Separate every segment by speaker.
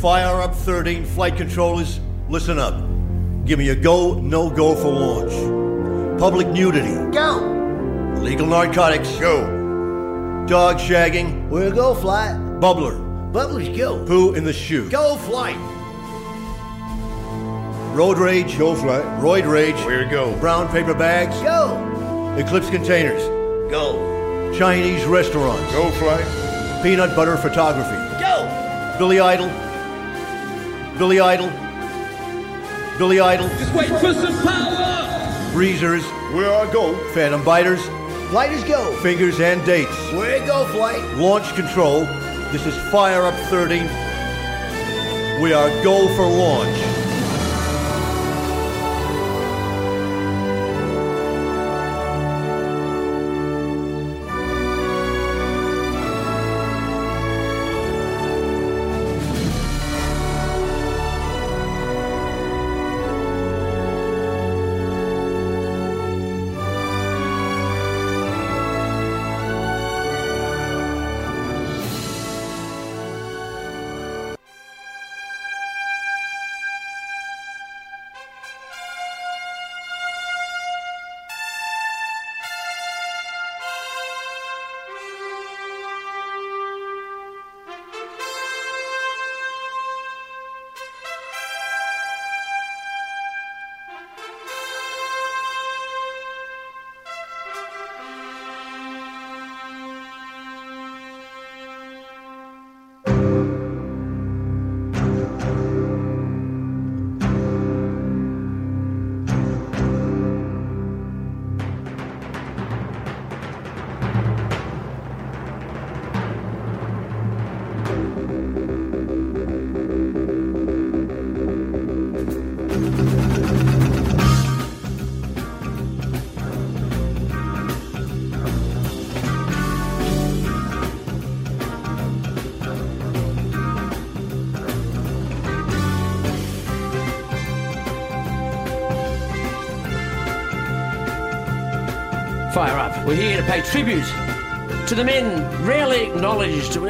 Speaker 1: Fire Up 13 flight controllers, listen up. Give me a go, no go for launch. Public nudity,
Speaker 2: Go.
Speaker 1: illegal narcotics,
Speaker 2: Go.
Speaker 1: dog shagging,
Speaker 2: We'll go flight.
Speaker 1: bubbler,
Speaker 2: Bubbles go.
Speaker 1: poo in the shoe,
Speaker 2: Go flight.
Speaker 1: road rage,
Speaker 3: Go flight.
Speaker 1: roid rage,
Speaker 2: Where go?
Speaker 1: brown paper bags,
Speaker 2: Go.
Speaker 1: eclipse containers,
Speaker 2: Go.
Speaker 1: Chinese restaurants,
Speaker 3: Go flight.
Speaker 1: peanut butter photography,
Speaker 2: Go.
Speaker 1: Billy Idol, Billy Idol, Billy Idol,
Speaker 4: Just wait for some power.
Speaker 1: breezers,
Speaker 3: We all go.
Speaker 1: phantom biters,
Speaker 2: Flighters go.
Speaker 1: fingers and dates.
Speaker 2: Where go flight?
Speaker 1: Launch control. This is Fire Up 13. We are go for launch.
Speaker 4: Fire up. We're here to pay tribute to the men rarely acknowledged.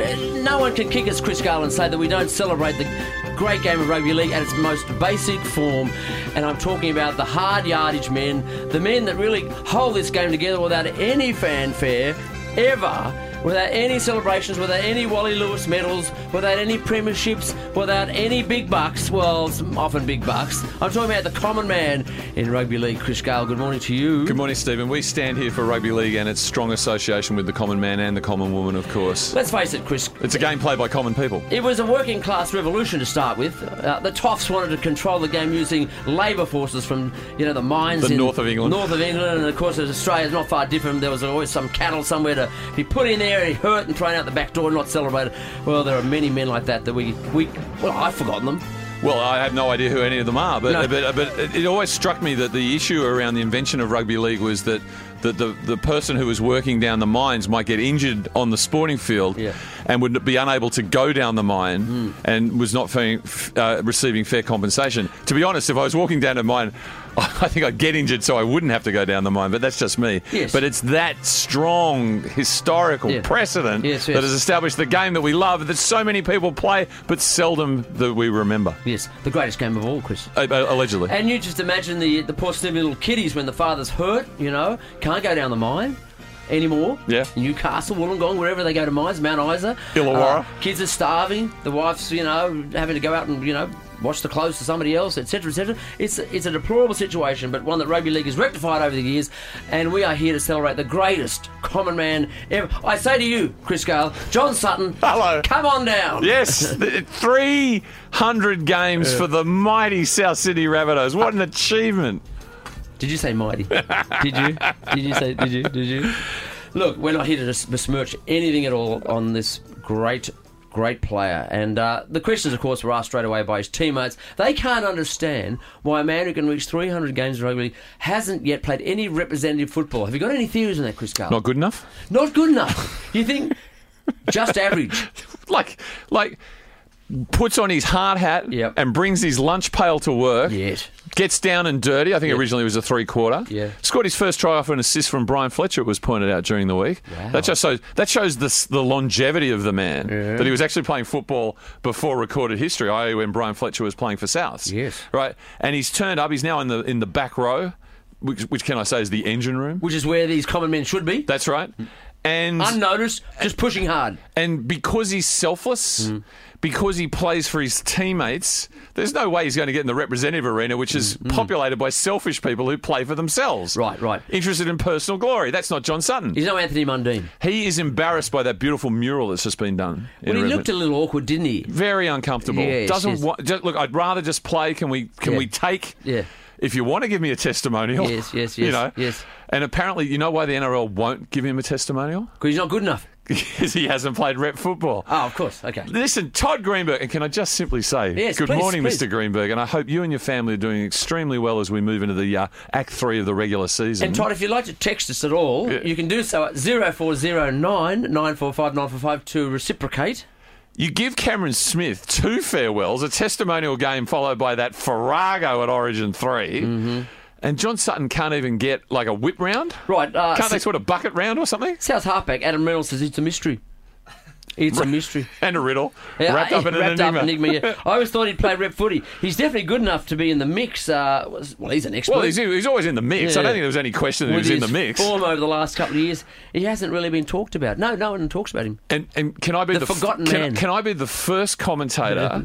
Speaker 4: No one can kick us, Chris Garland, say that we don't celebrate the great game of rugby league at its most basic form. And I'm talking about the hard yardage men, the men that really hold this game together without any fanfare ever. Without any celebrations, without any Wally Lewis medals, without any premierships, without any big bucks, well, it's often big bucks. I'm talking about the common man in rugby league, Chris Gale. Good morning to you.
Speaker 5: Good morning, Stephen. We stand here for rugby league and its strong association with the common man and the common woman, of course.
Speaker 4: Let's face it, Chris.
Speaker 5: It's a game played by common people.
Speaker 4: It was a working class revolution to start with. Uh, the toffs wanted to control the game using labour forces from, you know, the mines
Speaker 5: The
Speaker 4: in
Speaker 5: north of England.
Speaker 4: north of England, and of course, as Australia's not far different. There was always some cattle somewhere to be put in there and hurt and thrown out the back door, and not celebrated. Well, there are many men like that that we we well, I've forgotten them.
Speaker 5: Well, I have no idea who any of them are, but
Speaker 4: No.
Speaker 5: but, but it it always struck me that the issue around the invention of rugby league was that the, the, the person who was working down the mines might get injured on the sporting field
Speaker 4: Yeah. Hmm.
Speaker 5: and would be unable to go down the mine and was not fe- f- uh, receiving fair compensation. To be honest, if I was walking down a mine, I think I'd get injured so I wouldn't have to go down the mine, but that's just me.
Speaker 4: Yes.
Speaker 5: But it's that strong historical
Speaker 4: Yeah.
Speaker 5: precedent
Speaker 4: Yes, yes.
Speaker 5: that has established the game that we love, that so many people play, but seldom that we remember.
Speaker 4: Yes, the greatest game of all, Chris.
Speaker 5: Uh, uh, Allegedly.
Speaker 4: And you just imagine the the poor snivelling little kiddies when the father's hurt, you know, can't go down the mine anymore.
Speaker 5: Yeah.
Speaker 4: Newcastle, Wollongong, wherever they go to mines, Mount Isa. Uh,
Speaker 5: Illawarra.
Speaker 4: kids are starving. The wife's, you know, having to go out and, you know, wash the clothes for somebody else, etc., etc. It's it's a deplorable situation, but one that rugby league has rectified over the years, and we are here to celebrate the greatest common man ever. I say to you, Chris Gale, John Sutton,
Speaker 5: Hello.
Speaker 4: come on down.
Speaker 5: Yes, th- 300 games for the mighty South Sydney Rabbitohs. What an achievement.
Speaker 4: Did you say mighty? did you? Did you say? Did you? Did you? Look, we're not here to dis- besmirch anything at all on this great, great player. And uh, the questions, of course, were asked straight away by his teammates. They can't understand why a man who can reach 300 games in rugby league hasn't yet played any representative football. Have you got any theories on that, Chris Carl?
Speaker 5: Not good enough?
Speaker 4: Not good enough. You think just average?
Speaker 5: Like, like puts on his hard hat
Speaker 4: Yep.
Speaker 5: and brings his lunch pail to work.
Speaker 4: Yes.
Speaker 5: Gets down and dirty. I think originally it was a three quarter.
Speaker 4: Yeah.
Speaker 5: Scored his first try off an assist from Brian Fletcher. It was pointed out during the week.
Speaker 4: Wow.
Speaker 5: That just shows that shows the s- the longevity of the man. That he was actually playing football before recorded history, i.e., when Brian Fletcher was playing for Souths.
Speaker 4: Yes.
Speaker 5: Right. And he's turned up. He's now in the in the back row, which, which can I say is the engine room.
Speaker 4: which is where these common men should be.
Speaker 5: That's right. And
Speaker 4: Unnoticed, just pushing hard.
Speaker 5: and because he's selfless, because he plays for his teammates, there's no way he's going to get in the representative arena, which is populated by selfish people who play for themselves.
Speaker 4: Mm-hmm. Right, right.
Speaker 5: Interested in personal glory. That's not John Sutton.
Speaker 4: He's no Anthony Mundine.
Speaker 5: he is embarrassed by that beautiful mural that's just been done. in
Speaker 4: But he
Speaker 5: Redmond.
Speaker 4: looked a little awkward, didn't he?
Speaker 5: very uncomfortable.
Speaker 4: Yes,
Speaker 5: Doesn't
Speaker 4: yes.
Speaker 5: wa- ju- look. I'd rather just play. Can we? Can
Speaker 4: Yeah.
Speaker 5: we take?
Speaker 4: Yeah.
Speaker 5: If you want to give me a testimonial,
Speaker 4: Yes, yes,
Speaker 5: You
Speaker 4: yes,
Speaker 5: know,
Speaker 4: yes.
Speaker 5: And apparently, you know why the NRL won't give him a testimonial?
Speaker 4: Because he's not good enough.
Speaker 5: Because he hasn't played rep football.
Speaker 4: Oh, of course. Okay.
Speaker 5: Listen, Todd Greenberg, and can I just simply say,
Speaker 4: Yes,
Speaker 5: good
Speaker 4: please,
Speaker 5: morning,
Speaker 4: please.
Speaker 5: Mr. Greenberg, and I hope you and your family are doing extremely well as we move into the uh, Act Three of the regular season.
Speaker 4: And Todd, if you'd like to text us at all,
Speaker 5: Mm-hmm. Yeah.
Speaker 4: you can do so at 0409 945 945 to reciprocate.
Speaker 5: you give Cameron Smith two farewells, a testimonial game followed by that Farrago at Origin 3 and John Sutton can't even get like a whip round.
Speaker 4: Mm-hmm. Right. Uh,
Speaker 5: Can't they
Speaker 4: S-
Speaker 5: sort of bucket round or something?
Speaker 4: South halfback Adam Reynolds says it's a mystery. It's a mystery.
Speaker 5: And a riddle
Speaker 4: Yeah,
Speaker 5: wrapped up in an
Speaker 4: wrapped
Speaker 5: enigma.
Speaker 4: Up enigma yeah. I always thought he'd play rep footy. He's definitely good enough to be in the mix. Uh, was- well, he's an expert.
Speaker 5: well, he's, he's always in the mix. I
Speaker 4: Yeah.
Speaker 5: don't think there was any question that he
Speaker 4: With
Speaker 5: was in the
Speaker 4: his
Speaker 5: mix.
Speaker 4: Form over the last couple of years, he hasn't really been talked about. No, no one talks about him.
Speaker 5: And and can I be
Speaker 4: The
Speaker 5: the, f-
Speaker 4: forgotten
Speaker 5: can,
Speaker 4: man.
Speaker 5: Can I be the first commentator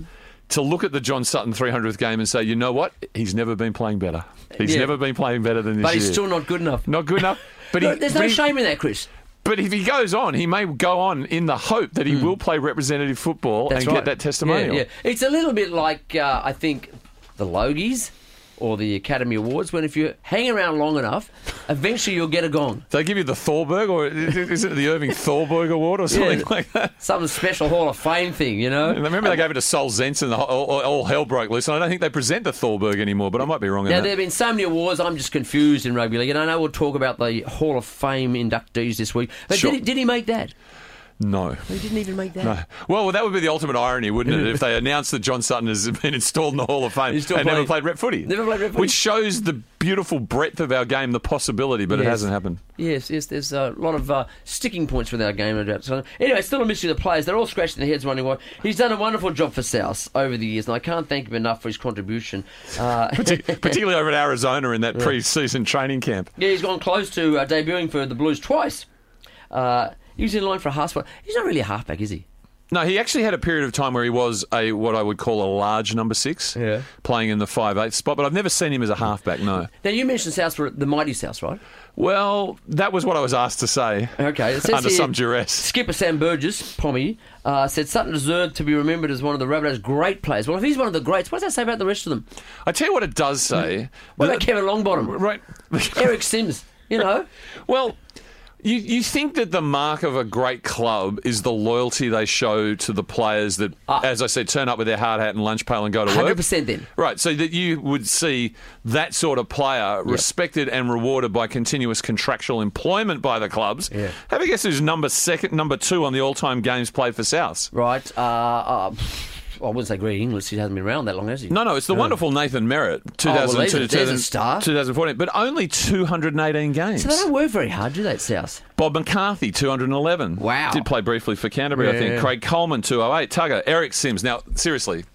Speaker 5: to look at the John Sutton 300th game and say, you know what? He's never been playing better. He's
Speaker 4: Yeah.
Speaker 5: never been playing better than this
Speaker 4: But he's
Speaker 5: year.
Speaker 4: still not good enough.
Speaker 5: not good enough. But
Speaker 4: No,
Speaker 5: he,
Speaker 4: there's
Speaker 5: but,
Speaker 4: no
Speaker 5: he-
Speaker 4: shame in that, Chris.
Speaker 5: but if he goes on, he may go on in the hope that he will play representative football
Speaker 4: Hmm. That's
Speaker 5: and
Speaker 4: right.
Speaker 5: get that testimonial.
Speaker 4: Yeah, yeah. It's a little bit like uh, I think the Logies or the Academy Awards. When if you hang around long enough, eventually you'll get a gong.
Speaker 5: They give you the Thorberg, or is it the Irving Thorberg Award or something
Speaker 4: Yeah.
Speaker 5: like that?
Speaker 4: Some special Hall of Fame thing, you know.
Speaker 5: And remember they gave it to Sol Zentz and the, whole- all, all hell broke loose. And I don't think they present the Thorberg anymore, but I might be wrong. in
Speaker 4: Now,
Speaker 5: that.
Speaker 4: there have been so many awards, I'm just confused in rugby league. And I know we'll talk about the Hall of Fame inductees this week. But
Speaker 5: Sure.
Speaker 4: did, he, did he make that?
Speaker 5: no.
Speaker 4: He didn't even make that.
Speaker 5: Well, that would be the ultimate irony, wouldn't it, if they announced that John Sutton has been installed in the Hall of Fame and
Speaker 4: He's still
Speaker 5: never
Speaker 4: playing.
Speaker 5: played rep footy?
Speaker 4: Never played rep footy.
Speaker 5: Which shows the beautiful breadth of our game, the possibility, but it
Speaker 4: Yes.
Speaker 5: hasn't happened.
Speaker 4: Yes, yes, there's a lot of uh, sticking points with our game. About so anyway, it's still a mystery to the players. They're all scratching their heads wondering why. He's done a wonderful job for South over the years, and I can't thank him enough for his contribution. Uh,
Speaker 5: Partic- Particularly over at Arizona in that pre-season training camp.
Speaker 4: yeah, he's gone close to uh, debuting for the Blues twice. Uh, he was in line for a half spot. He's not really a halfback, is he?
Speaker 5: No, he actually had a period of time where he was a what I would call a large number six,
Speaker 4: Yeah.
Speaker 5: playing in the five eight spot. But I've never seen him as a halfback. No.
Speaker 4: Now you mentioned South were the mighty South, right?
Speaker 5: Well, that was what I was asked to say.
Speaker 4: Okay, it says
Speaker 5: under
Speaker 4: here-
Speaker 5: some duress.
Speaker 4: Skipper Sam Burgess, Pommy, uh, said Sutton deserved to be remembered as one of the Rabbitohs' great players. Well, if he's one of the greats, what does that say about the rest of them?
Speaker 5: I tell you what, it does say.
Speaker 4: What
Speaker 5: The-
Speaker 4: about Kevin Longbottom?
Speaker 5: right.
Speaker 4: Eric Sims, you know.
Speaker 5: Well, you, you think that the mark of a great club is the loyalty they show to the players that,
Speaker 4: Ah.
Speaker 5: as I said, turn up with their hard hat and lunch pail and go to work.
Speaker 4: 100% then.
Speaker 5: Right, so that you would see that sort of player respected and rewarded by continuous contractual employment by the clubs.
Speaker 4: Yeah.
Speaker 5: Have a guess who's number second, number two on the all-time games played for Souths?
Speaker 4: Right. Uh, uh, pff, I wouldn't say Greg Inglis. He hasn't been around that long, has he?
Speaker 5: No, no, it's the wonderful Nathan Merritt, 2000,
Speaker 4: Oh, well, there's a-
Speaker 5: to
Speaker 4: there's a star.
Speaker 5: 2014, but only 218 games.
Speaker 4: So they don't work very hard, do they, at South?
Speaker 5: Bob McCarthy, 211.
Speaker 4: Wow.
Speaker 5: Did play briefly for Canterbury, I think. Craig Coleman, 208. Tugger, Eric Sims. Now, seriously,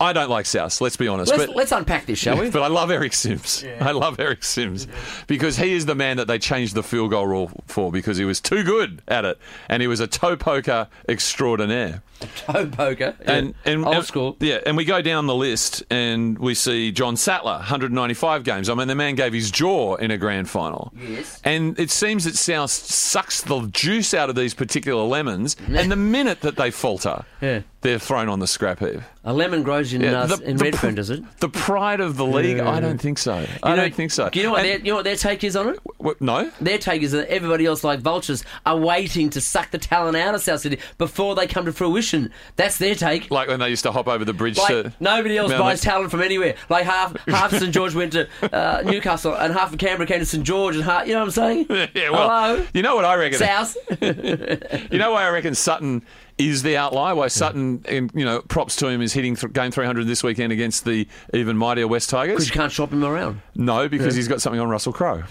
Speaker 5: I don't like South, let's be honest.
Speaker 4: Let's,
Speaker 5: but,
Speaker 4: let's unpack this, shall we?
Speaker 5: but I love Eric Sims. I love Eric Sims because he is the man that they changed the field goal rule for because he was too good at it and he was a toe poker extraordinaire.
Speaker 4: Toe poker.
Speaker 5: And, and
Speaker 4: Old
Speaker 5: and-
Speaker 4: school.
Speaker 5: yeah. And we go down the list and we see John Sattler, 195 games. I mean, the man gave his jaw in a grand final.
Speaker 4: Yes.
Speaker 5: And it seems that South sucks the juice out of these particular lemons, and the minute that they falter,
Speaker 4: Yeah.
Speaker 5: they're thrown on the scrap heap.
Speaker 4: A lemon grows in,
Speaker 5: Yeah,
Speaker 4: uh,
Speaker 5: the-
Speaker 4: in
Speaker 5: the
Speaker 4: Redfern,
Speaker 5: pr-
Speaker 4: does it?
Speaker 5: The pride of the league? I don't think so. I
Speaker 4: You know-
Speaker 5: don't think so.
Speaker 4: Do you know what,
Speaker 5: And-
Speaker 4: their, you know what their take is on it?
Speaker 5: w- no.
Speaker 4: Their take is that everybody else, like vultures, are waiting to suck the talent out of South City before they come to fruition. That's their take.
Speaker 5: Like when they used to hop over the bridge
Speaker 4: Like
Speaker 5: to.
Speaker 4: nobody else
Speaker 5: Mount
Speaker 4: buys
Speaker 5: Lake-
Speaker 4: talent from anywhere. Like half half St George went to uh, Newcastle, and half of Canberra came to St George, and half you know what I'm saying?
Speaker 5: Yeah, well,
Speaker 4: Hello,
Speaker 5: you know what I reckon.
Speaker 4: South.
Speaker 5: You know why I reckon Sutton is the outlier. Why Sutton, and, you know, props to him, is hitting th- game 300 this weekend against the even mightier West
Speaker 4: Because
Speaker 5: Tigers?
Speaker 4: you can't shop him around.
Speaker 5: No, because he's got something on Russell Crowe.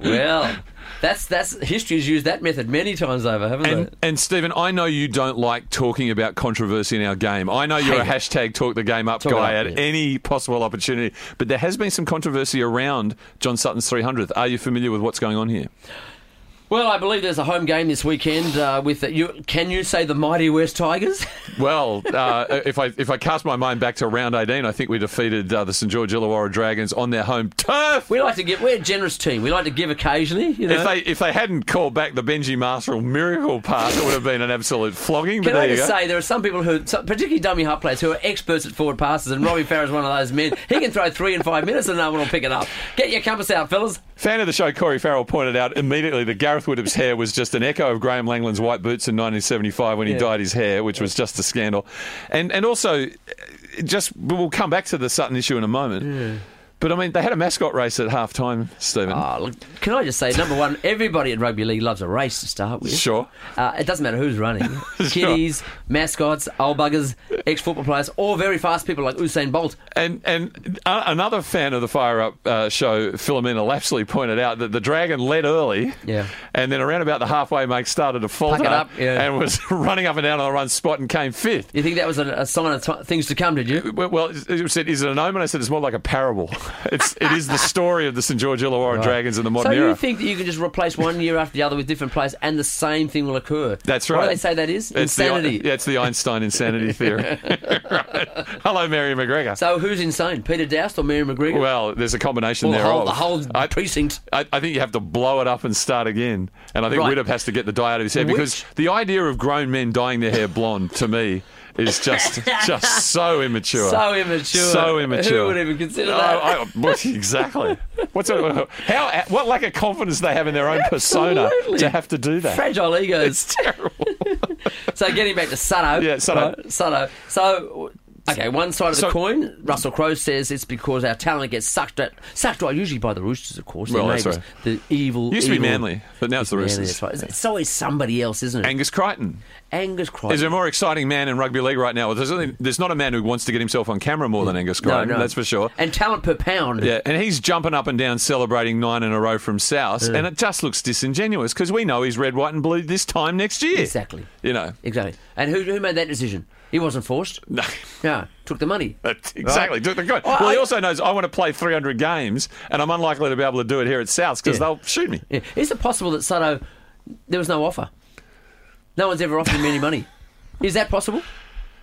Speaker 4: Well, that's that's history's used that method many times over, haven't
Speaker 5: And, and Stephen, I know you don't like talking about controversy in our game. I know you're a
Speaker 4: Hate it.
Speaker 5: hashtag talk the game up
Speaker 4: Talk it
Speaker 5: guy
Speaker 4: up,
Speaker 5: at
Speaker 4: yeah.
Speaker 5: any possible opportunity, but there has been some controversy around John Sutton's 300th. Are you familiar with what's going on here?
Speaker 4: they? Well, I believe there's a home game this weekend uh, with the, you. Can you say the mighty West Tigers?
Speaker 5: Well, uh, if I if I cast my mind back to round 18, I think we defeated uh, the St George Illawarra Dragons on their home turf.
Speaker 4: we like to give. We're a generous team. We like to give occasionally. You know.
Speaker 5: If they if they hadn't called back the Benji Marshall miracle pass, it would have been an absolute flogging. But
Speaker 4: Can
Speaker 5: there
Speaker 4: I
Speaker 5: you
Speaker 4: just
Speaker 5: go.
Speaker 4: say there are some people who, some, particularly dummy hut players, who are experts at forward passes, and Robbie Farah's one of those men. He can throw three in five minutes, and no one will pick it up. Get your compass out, fellas.
Speaker 5: Fan of the show, Corey Farrell pointed out immediately that Gareth Widdop's hair was just an echo of Graham Langland's white boots in 1975 when he
Speaker 4: Yeah.
Speaker 5: dyed his hair, which was just a scandal. And and also, eh, just we'll come back to the Sutton issue in a moment. But I mean, they had a mascot race at half time, Stephen.
Speaker 4: Oh, look, can I just say, number one, everybody in rugby league loves a race to start with.
Speaker 5: Sure.
Speaker 4: Uh, it doesn't matter who's running. Kiddies, mascots, old buggers, ex football players, or very fast people like Usain Bolt.
Speaker 5: And and a- another fan of the Fire Up uh, show, Philomena Lapsley, pointed out that the Dragon led early,
Speaker 4: Yeah.
Speaker 5: and then around about the halfway mark started to falter
Speaker 4: it up, yeah.
Speaker 5: and was running up and down on the run spot and came fifth.
Speaker 4: You think that was a, a sign of t- things to come, did you?
Speaker 5: Well, well, you said, is it an omen? I said, it's more like a parable. It's it is the story of the St George Illawarra Dragons in the
Speaker 4: So
Speaker 5: modern
Speaker 4: you
Speaker 5: era.
Speaker 4: think that you can just replace one year after the other with different players and the same thing will occur?
Speaker 5: That's
Speaker 4: What
Speaker 5: right.
Speaker 4: do they say that is?
Speaker 5: It's the-
Speaker 4: Insanity.
Speaker 5: yeah, it's the Einstein insanity theory. Right. Hello, Mary McGregor.
Speaker 4: So who's insane? Peter Doust or Mary McGregor?
Speaker 5: well, there's a combination
Speaker 4: Or the
Speaker 5: there.
Speaker 4: whole,
Speaker 5: of.
Speaker 4: the whole
Speaker 5: I-
Speaker 4: precinct.
Speaker 5: I, I think you have to blow it up and start again. And I think
Speaker 4: Right.
Speaker 5: Widdop has to get the dye out of his hair because
Speaker 4: Which-
Speaker 5: the idea of grown men dyeing their hair blonde to me is just just so immature.
Speaker 4: So immature.
Speaker 5: So immature.
Speaker 4: Who would even consider
Speaker 5: No,
Speaker 4: that?
Speaker 5: I- well, exactly. What's a, how what lack of confidence they have in their own persona
Speaker 4: Absolutely.
Speaker 5: to have to do that?
Speaker 4: Fragile egos.
Speaker 5: It's terrible.
Speaker 4: So getting back to Sutto.
Speaker 5: Yeah, Sutto.
Speaker 4: Right, Sutto. So, okay, one side of the
Speaker 5: So-
Speaker 4: coin, Russell Crowe says it's because our talent gets sucked at, sucked dry, usually by the Roosters, of course. their
Speaker 5: Well, that's
Speaker 4: neighbours, The evil.
Speaker 5: Used to be
Speaker 4: evil-
Speaker 5: Manly, but now it's the
Speaker 4: Manly,
Speaker 5: Roosters.
Speaker 4: that's right. It's- It's always somebody else, isn't it?
Speaker 5: Angus Crichton.
Speaker 4: Angus Crowe.
Speaker 5: Is there a more exciting man in rugby league right now? There's, only, there's not a man who wants to get himself on camera more than Angus Crichton, that's for sure.
Speaker 4: And talent per pound.
Speaker 5: Yeah, and he's jumping up and down celebrating nine in a row from South, and it just looks disingenuous because we know he's red, white, and blue this time next year.
Speaker 4: Exactly.
Speaker 5: You know,
Speaker 4: Exactly. And who, who made that decision? He wasn't forced.
Speaker 5: no,
Speaker 4: No, took the money.
Speaker 5: that's exactly. Took the good.
Speaker 4: Well,
Speaker 5: Well, he
Speaker 4: I-
Speaker 5: also knows I want to play 300 games, and I'm unlikely to be able to do it here at South because
Speaker 4: Yeah.
Speaker 5: they'll shoot me.
Speaker 4: Yeah. Is it possible that Sutto, there was no offer? No one's ever offered him any money. Is that possible?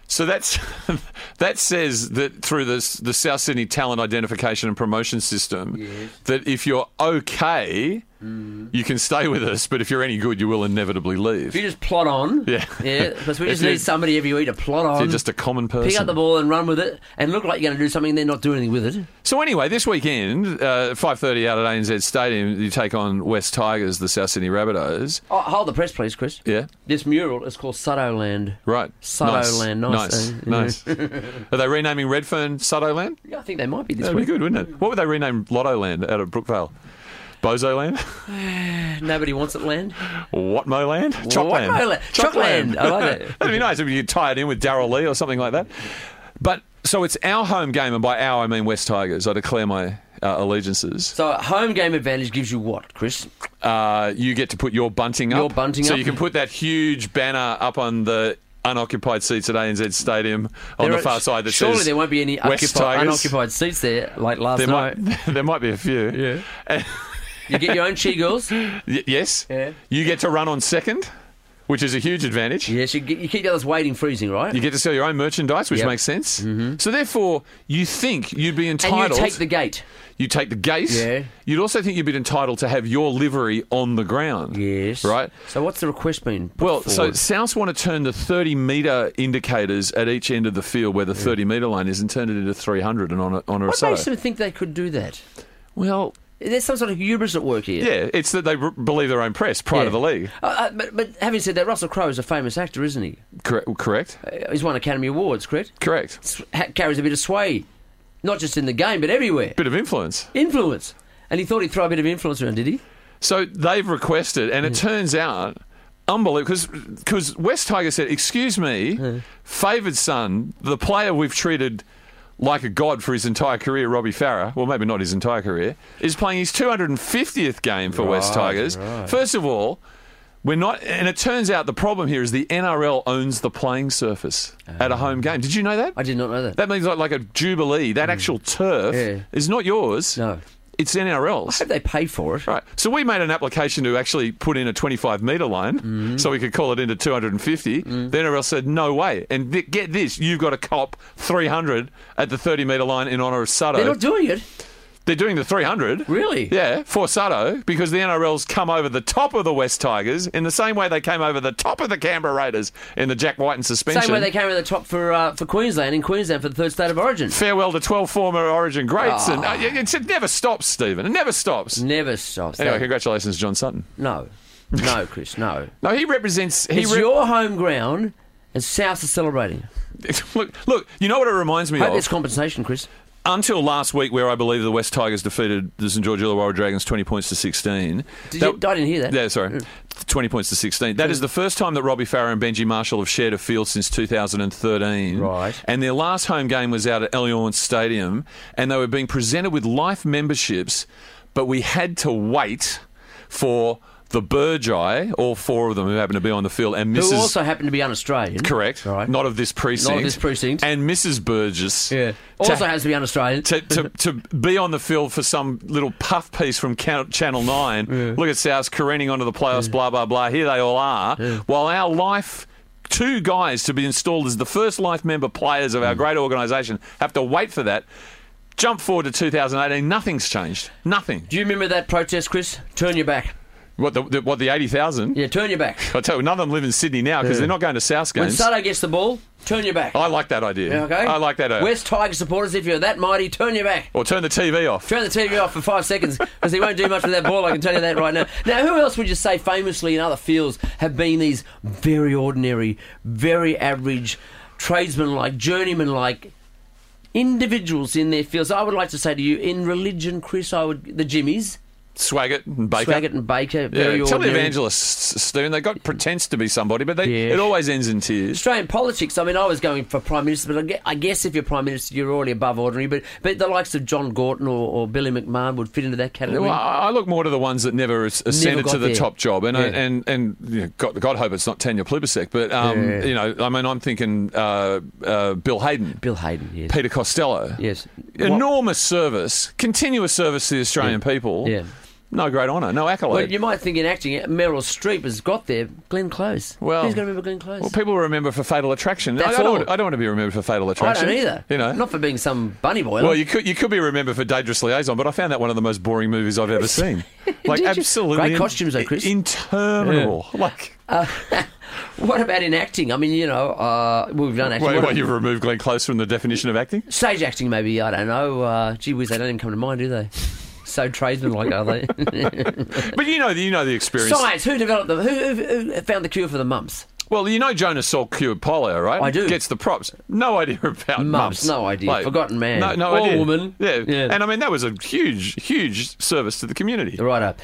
Speaker 5: So that's that says that through this, the South Sydney talent identification and promotion system, that if you're okay,
Speaker 4: Mm.
Speaker 5: you can stay with us, but if you're any good, you will inevitably leave.
Speaker 4: If you just plot on,
Speaker 5: Yeah.
Speaker 4: yeah, because we
Speaker 5: If
Speaker 4: just
Speaker 5: you-
Speaker 4: need somebody every week to plot
Speaker 5: If
Speaker 4: on.
Speaker 5: you're just a common person.
Speaker 4: pick up um, the ball and run with it, and look like you're going to do something, and then not do anything with it.
Speaker 5: So anyway, this weekend, uh, five thirty out at ANZ Stadium, you take on West Tigers, the South Sydney Rabbitohs.
Speaker 4: Oh, hold the press, please, Chris.
Speaker 5: Yeah,
Speaker 4: This mural is called Sutto Land.
Speaker 5: right.
Speaker 4: Sutto Land, nice, eh?
Speaker 5: nice. nice. Are they renaming Redfern Sutto Land?
Speaker 4: Yeah, I think they might be this
Speaker 5: That'd be
Speaker 4: week.
Speaker 5: good, wouldn't it? What would they rename Lotto Land out of Brookvale? Bozo Land,
Speaker 4: Nobody wants it, land.
Speaker 5: Whatmo Land, Chock
Speaker 4: Whatmo
Speaker 5: Land,
Speaker 4: Land. Chock Land. I like that.
Speaker 5: That'd be nice if you tie it in with Daryl Lee or something like that. But so it's our home game, and by our I mean West Tigers. I declare my uh, allegiances.
Speaker 4: So home game advantage gives you what, Chris?
Speaker 5: uh, you get to put your bunting up.
Speaker 4: Your bunting
Speaker 5: so
Speaker 4: up.
Speaker 5: you can put that huge banner up on the unoccupied seats at ANZ Stadium on
Speaker 4: There
Speaker 5: the
Speaker 4: are-
Speaker 5: far side that
Speaker 4: surely
Speaker 5: says
Speaker 4: there won't be any
Speaker 5: West
Speaker 4: occupied,
Speaker 5: Tigers.
Speaker 4: unoccupied seats there like last
Speaker 5: There
Speaker 4: night.
Speaker 5: might, there might be a few. Yeah.
Speaker 4: You get your own she girls.
Speaker 5: yes.
Speaker 4: Yeah.
Speaker 5: You get to run on second, which is a huge advantage.
Speaker 4: Yes, you, get, you keep the others waiting, freezing, right?
Speaker 5: You get to sell your own merchandise, which
Speaker 4: Yep. Mm-hmm.
Speaker 5: makes sense. So therefore, you think you'd be
Speaker 4: and you
Speaker 5: entitled.
Speaker 4: take the gate.
Speaker 5: You take the gate.
Speaker 4: Yeah.
Speaker 5: You'd also think you'd be entitled to have your livery on the ground.
Speaker 4: Yes.
Speaker 5: Right.
Speaker 4: So what's the request been? put
Speaker 5: Well, so
Speaker 4: forward?
Speaker 5: Souths want to turn the 30 metre indicators at each end of the field where the 30 metre line is and turn it into 300 and on a, on a
Speaker 4: what
Speaker 5: so.
Speaker 4: makes them think they could do that?
Speaker 5: Well,
Speaker 4: There's some sort of hubris at work here.
Speaker 5: yeah, it's that they r- believe their own press prior to the league.
Speaker 4: Uh, uh, but, but having said that, Russell Crowe is a famous actor, isn't he?
Speaker 5: Correct. Correct.
Speaker 4: Uh, He's won Academy Awards, correct?
Speaker 5: Correct.
Speaker 4: S- ha- carries a bit of sway, not just in the game, but everywhere.
Speaker 5: Bit of influence.
Speaker 4: Influence. And he thought he'd throw a bit of influence around, did he?
Speaker 5: So they've requested, and it turns out. Unbelievable, because West Tiger said, "Excuse me, favoured son, the player we've treated like a god for his entire career, Robbie Farah. Well, maybe not his entire career, is playing his 250th game for West Tigers. First of all, we're not, and it turns out the problem here is the NRL owns the playing surface at a home game. Did you know that?
Speaker 4: Ah. I did not know that.
Speaker 5: That means like, like a jubilee. That actual turf
Speaker 4: Yeah.
Speaker 5: is not yours.
Speaker 4: No.
Speaker 5: it's NRL's.
Speaker 4: I hope they paid for it.
Speaker 5: Right. So we made an application to actually put in a 25 metre line
Speaker 4: Mm-hmm.
Speaker 5: so we could call it into 250.
Speaker 4: Mm.
Speaker 5: The NRL said, no way. And th- get this, you've got to cop 300 at the 30 metre line in honour of Sutto.
Speaker 4: They're not doing it.
Speaker 5: They're doing the 300.
Speaker 4: Really?
Speaker 5: Yeah, for Sutto, because the NRL's come over the top of the West Tigers in the same way they came over the top of the Canberra Raiders in the Jack White and suspension.
Speaker 4: Same way they came to the top for uh, for Queensland in Queensland for the third state of origin.
Speaker 5: Farewell to 12 former Origin greats. And uh, it's, it never stops, Stephen. It never stops.
Speaker 4: Ah. Never stops.
Speaker 5: Anyway,
Speaker 4: That-
Speaker 5: congratulations, John Sutton.
Speaker 4: no, no, Chris, no.
Speaker 5: No, he represents. He
Speaker 4: It's
Speaker 5: re-
Speaker 4: your home ground, and South are celebrating.
Speaker 5: look, look. You know what it reminds me
Speaker 4: Hope
Speaker 5: of?
Speaker 4: there's compensation, Chris.
Speaker 5: Until last week, where I believe the West Tigers defeated the St George Illawarra Dragons twenty points to sixteen.
Speaker 4: Did you- I didn't hear that. Mm.
Speaker 5: Yeah, sorry, twenty points to sixteen. That is the first time that Robbie Farah and Benji Marshall have shared a field since two thousand and thirteen.
Speaker 4: Right.
Speaker 5: And their last home game was out at Allianz Stadium, and they were being presented with life memberships, but we had to wait for the Burgeye, all four of them who happened to be on the field, and Mrs.
Speaker 4: Who also happened to be un-Australian.
Speaker 5: Correct.
Speaker 4: Right.
Speaker 5: Not of this precinct.
Speaker 4: this precinct.
Speaker 5: And Mrs. Burgess.
Speaker 4: Yeah.
Speaker 5: To,
Speaker 4: Also has to be un-Australian.
Speaker 5: to, to, to be on the field for some little puff piece from Can- Channel 9. Look at South careening onto the playoffs, blah, blah, blah. Here they all are. While our life. Two guys to be installed as the first life member players
Speaker 4: Mm.
Speaker 5: of our great organisation have to wait for that. Jump forward to 2018, nothing's changed. Nothing.
Speaker 4: Do you remember that protest, Chris? Turn your back.
Speaker 5: What the, the what the 80,000?
Speaker 4: Yeah, turn your back.
Speaker 5: I tell you, none of them live in Sydney now because they're not going to South
Speaker 4: When
Speaker 5: games.
Speaker 4: Sato gets the ball, turn your back.
Speaker 5: I like that idea.
Speaker 4: Yeah, okay.
Speaker 5: I like that. uh, idea.
Speaker 4: West Tiger supporters, if you're that mighty, turn your back.
Speaker 5: Or turn the TV off.
Speaker 4: Turn the TV off for five seconds because they won't do much with that ball. I can tell you that right now. Now, who else would you say famously in other fields have been these very ordinary, very average tradesmen like journeymen like individuals in their fields? I would like to say to you, in religion, Chris, I would the Jimmies,
Speaker 5: Swaggart and Baker.
Speaker 4: Swaggart and Baker,
Speaker 5: yeah,
Speaker 4: very
Speaker 5: tell the
Speaker 4: ordinary.
Speaker 5: evangelists, Stephen. They got pretense to be somebody, but they,
Speaker 4: Yeah.
Speaker 5: it always ends in tears.
Speaker 4: Australian politics. I mean, I was going for prime minister, but I gue- I guess if you're prime minister, you're already above ordinary. But but the likes of John Gorton or, or Billy McMahon would fit into that category.
Speaker 5: Well, I I look more to the ones that never as- ascended
Speaker 4: got
Speaker 5: to the
Speaker 4: there.
Speaker 5: top job, and I,
Speaker 4: Yeah.
Speaker 5: and and you know, God, God hope it's not Tanya Plibersek, but um,
Speaker 4: Yeah.
Speaker 5: you know, I mean, I'm thinking uh, uh, Bill Hayden,
Speaker 4: Bill Hayden, yes.
Speaker 5: Peter Costello,
Speaker 4: Yes. What-
Speaker 5: enormous service, continuous service to the Australian people.
Speaker 4: Yeah.
Speaker 5: No great honour, no accolade.
Speaker 4: Well, you might think in acting, Meryl Streep has got there. Glenn Close.
Speaker 5: Well-
Speaker 4: who's going to remember Glenn Close?
Speaker 5: Well, people remember for Fatal Attraction. I-
Speaker 4: That's
Speaker 5: I, don't
Speaker 4: all.
Speaker 5: Want, I don't want to be remembered for Fatal
Speaker 4: I
Speaker 5: Attraction.
Speaker 4: don't either.
Speaker 5: You know,
Speaker 4: not for being some bunny boy.
Speaker 5: Well, you could you could be remembered for Dangerous Liaison, but I found that one of the most boring movies I've ever seen. Like
Speaker 4: Did you?
Speaker 5: absolutely
Speaker 4: Great costumes though, Chris.
Speaker 5: Interminable. Like
Speaker 4: what about in acting? I mean, you know, uh, we've done acting.
Speaker 5: wait,
Speaker 4: What-
Speaker 5: wait, you've removed Glenn Close from the definition of acting?
Speaker 4: Stage acting, maybe. I don't know. Uh, gee whiz, they don't even come to mind, do they? So tradesman like, are they?
Speaker 5: But you know you know the experience.
Speaker 4: Science. Who developed them? Who, who, who found the cure for the mumps?
Speaker 5: Well, you know Jonas Salk cured polio, right?
Speaker 4: I do.
Speaker 5: Gets the props. No idea about mumps.
Speaker 4: no idea. Forgotten man.
Speaker 5: No, no
Speaker 4: Or
Speaker 5: idea.
Speaker 4: woman.
Speaker 5: Yeah.
Speaker 4: Yeah.
Speaker 5: And I mean that was a huge, huge service to the community.
Speaker 4: Right up.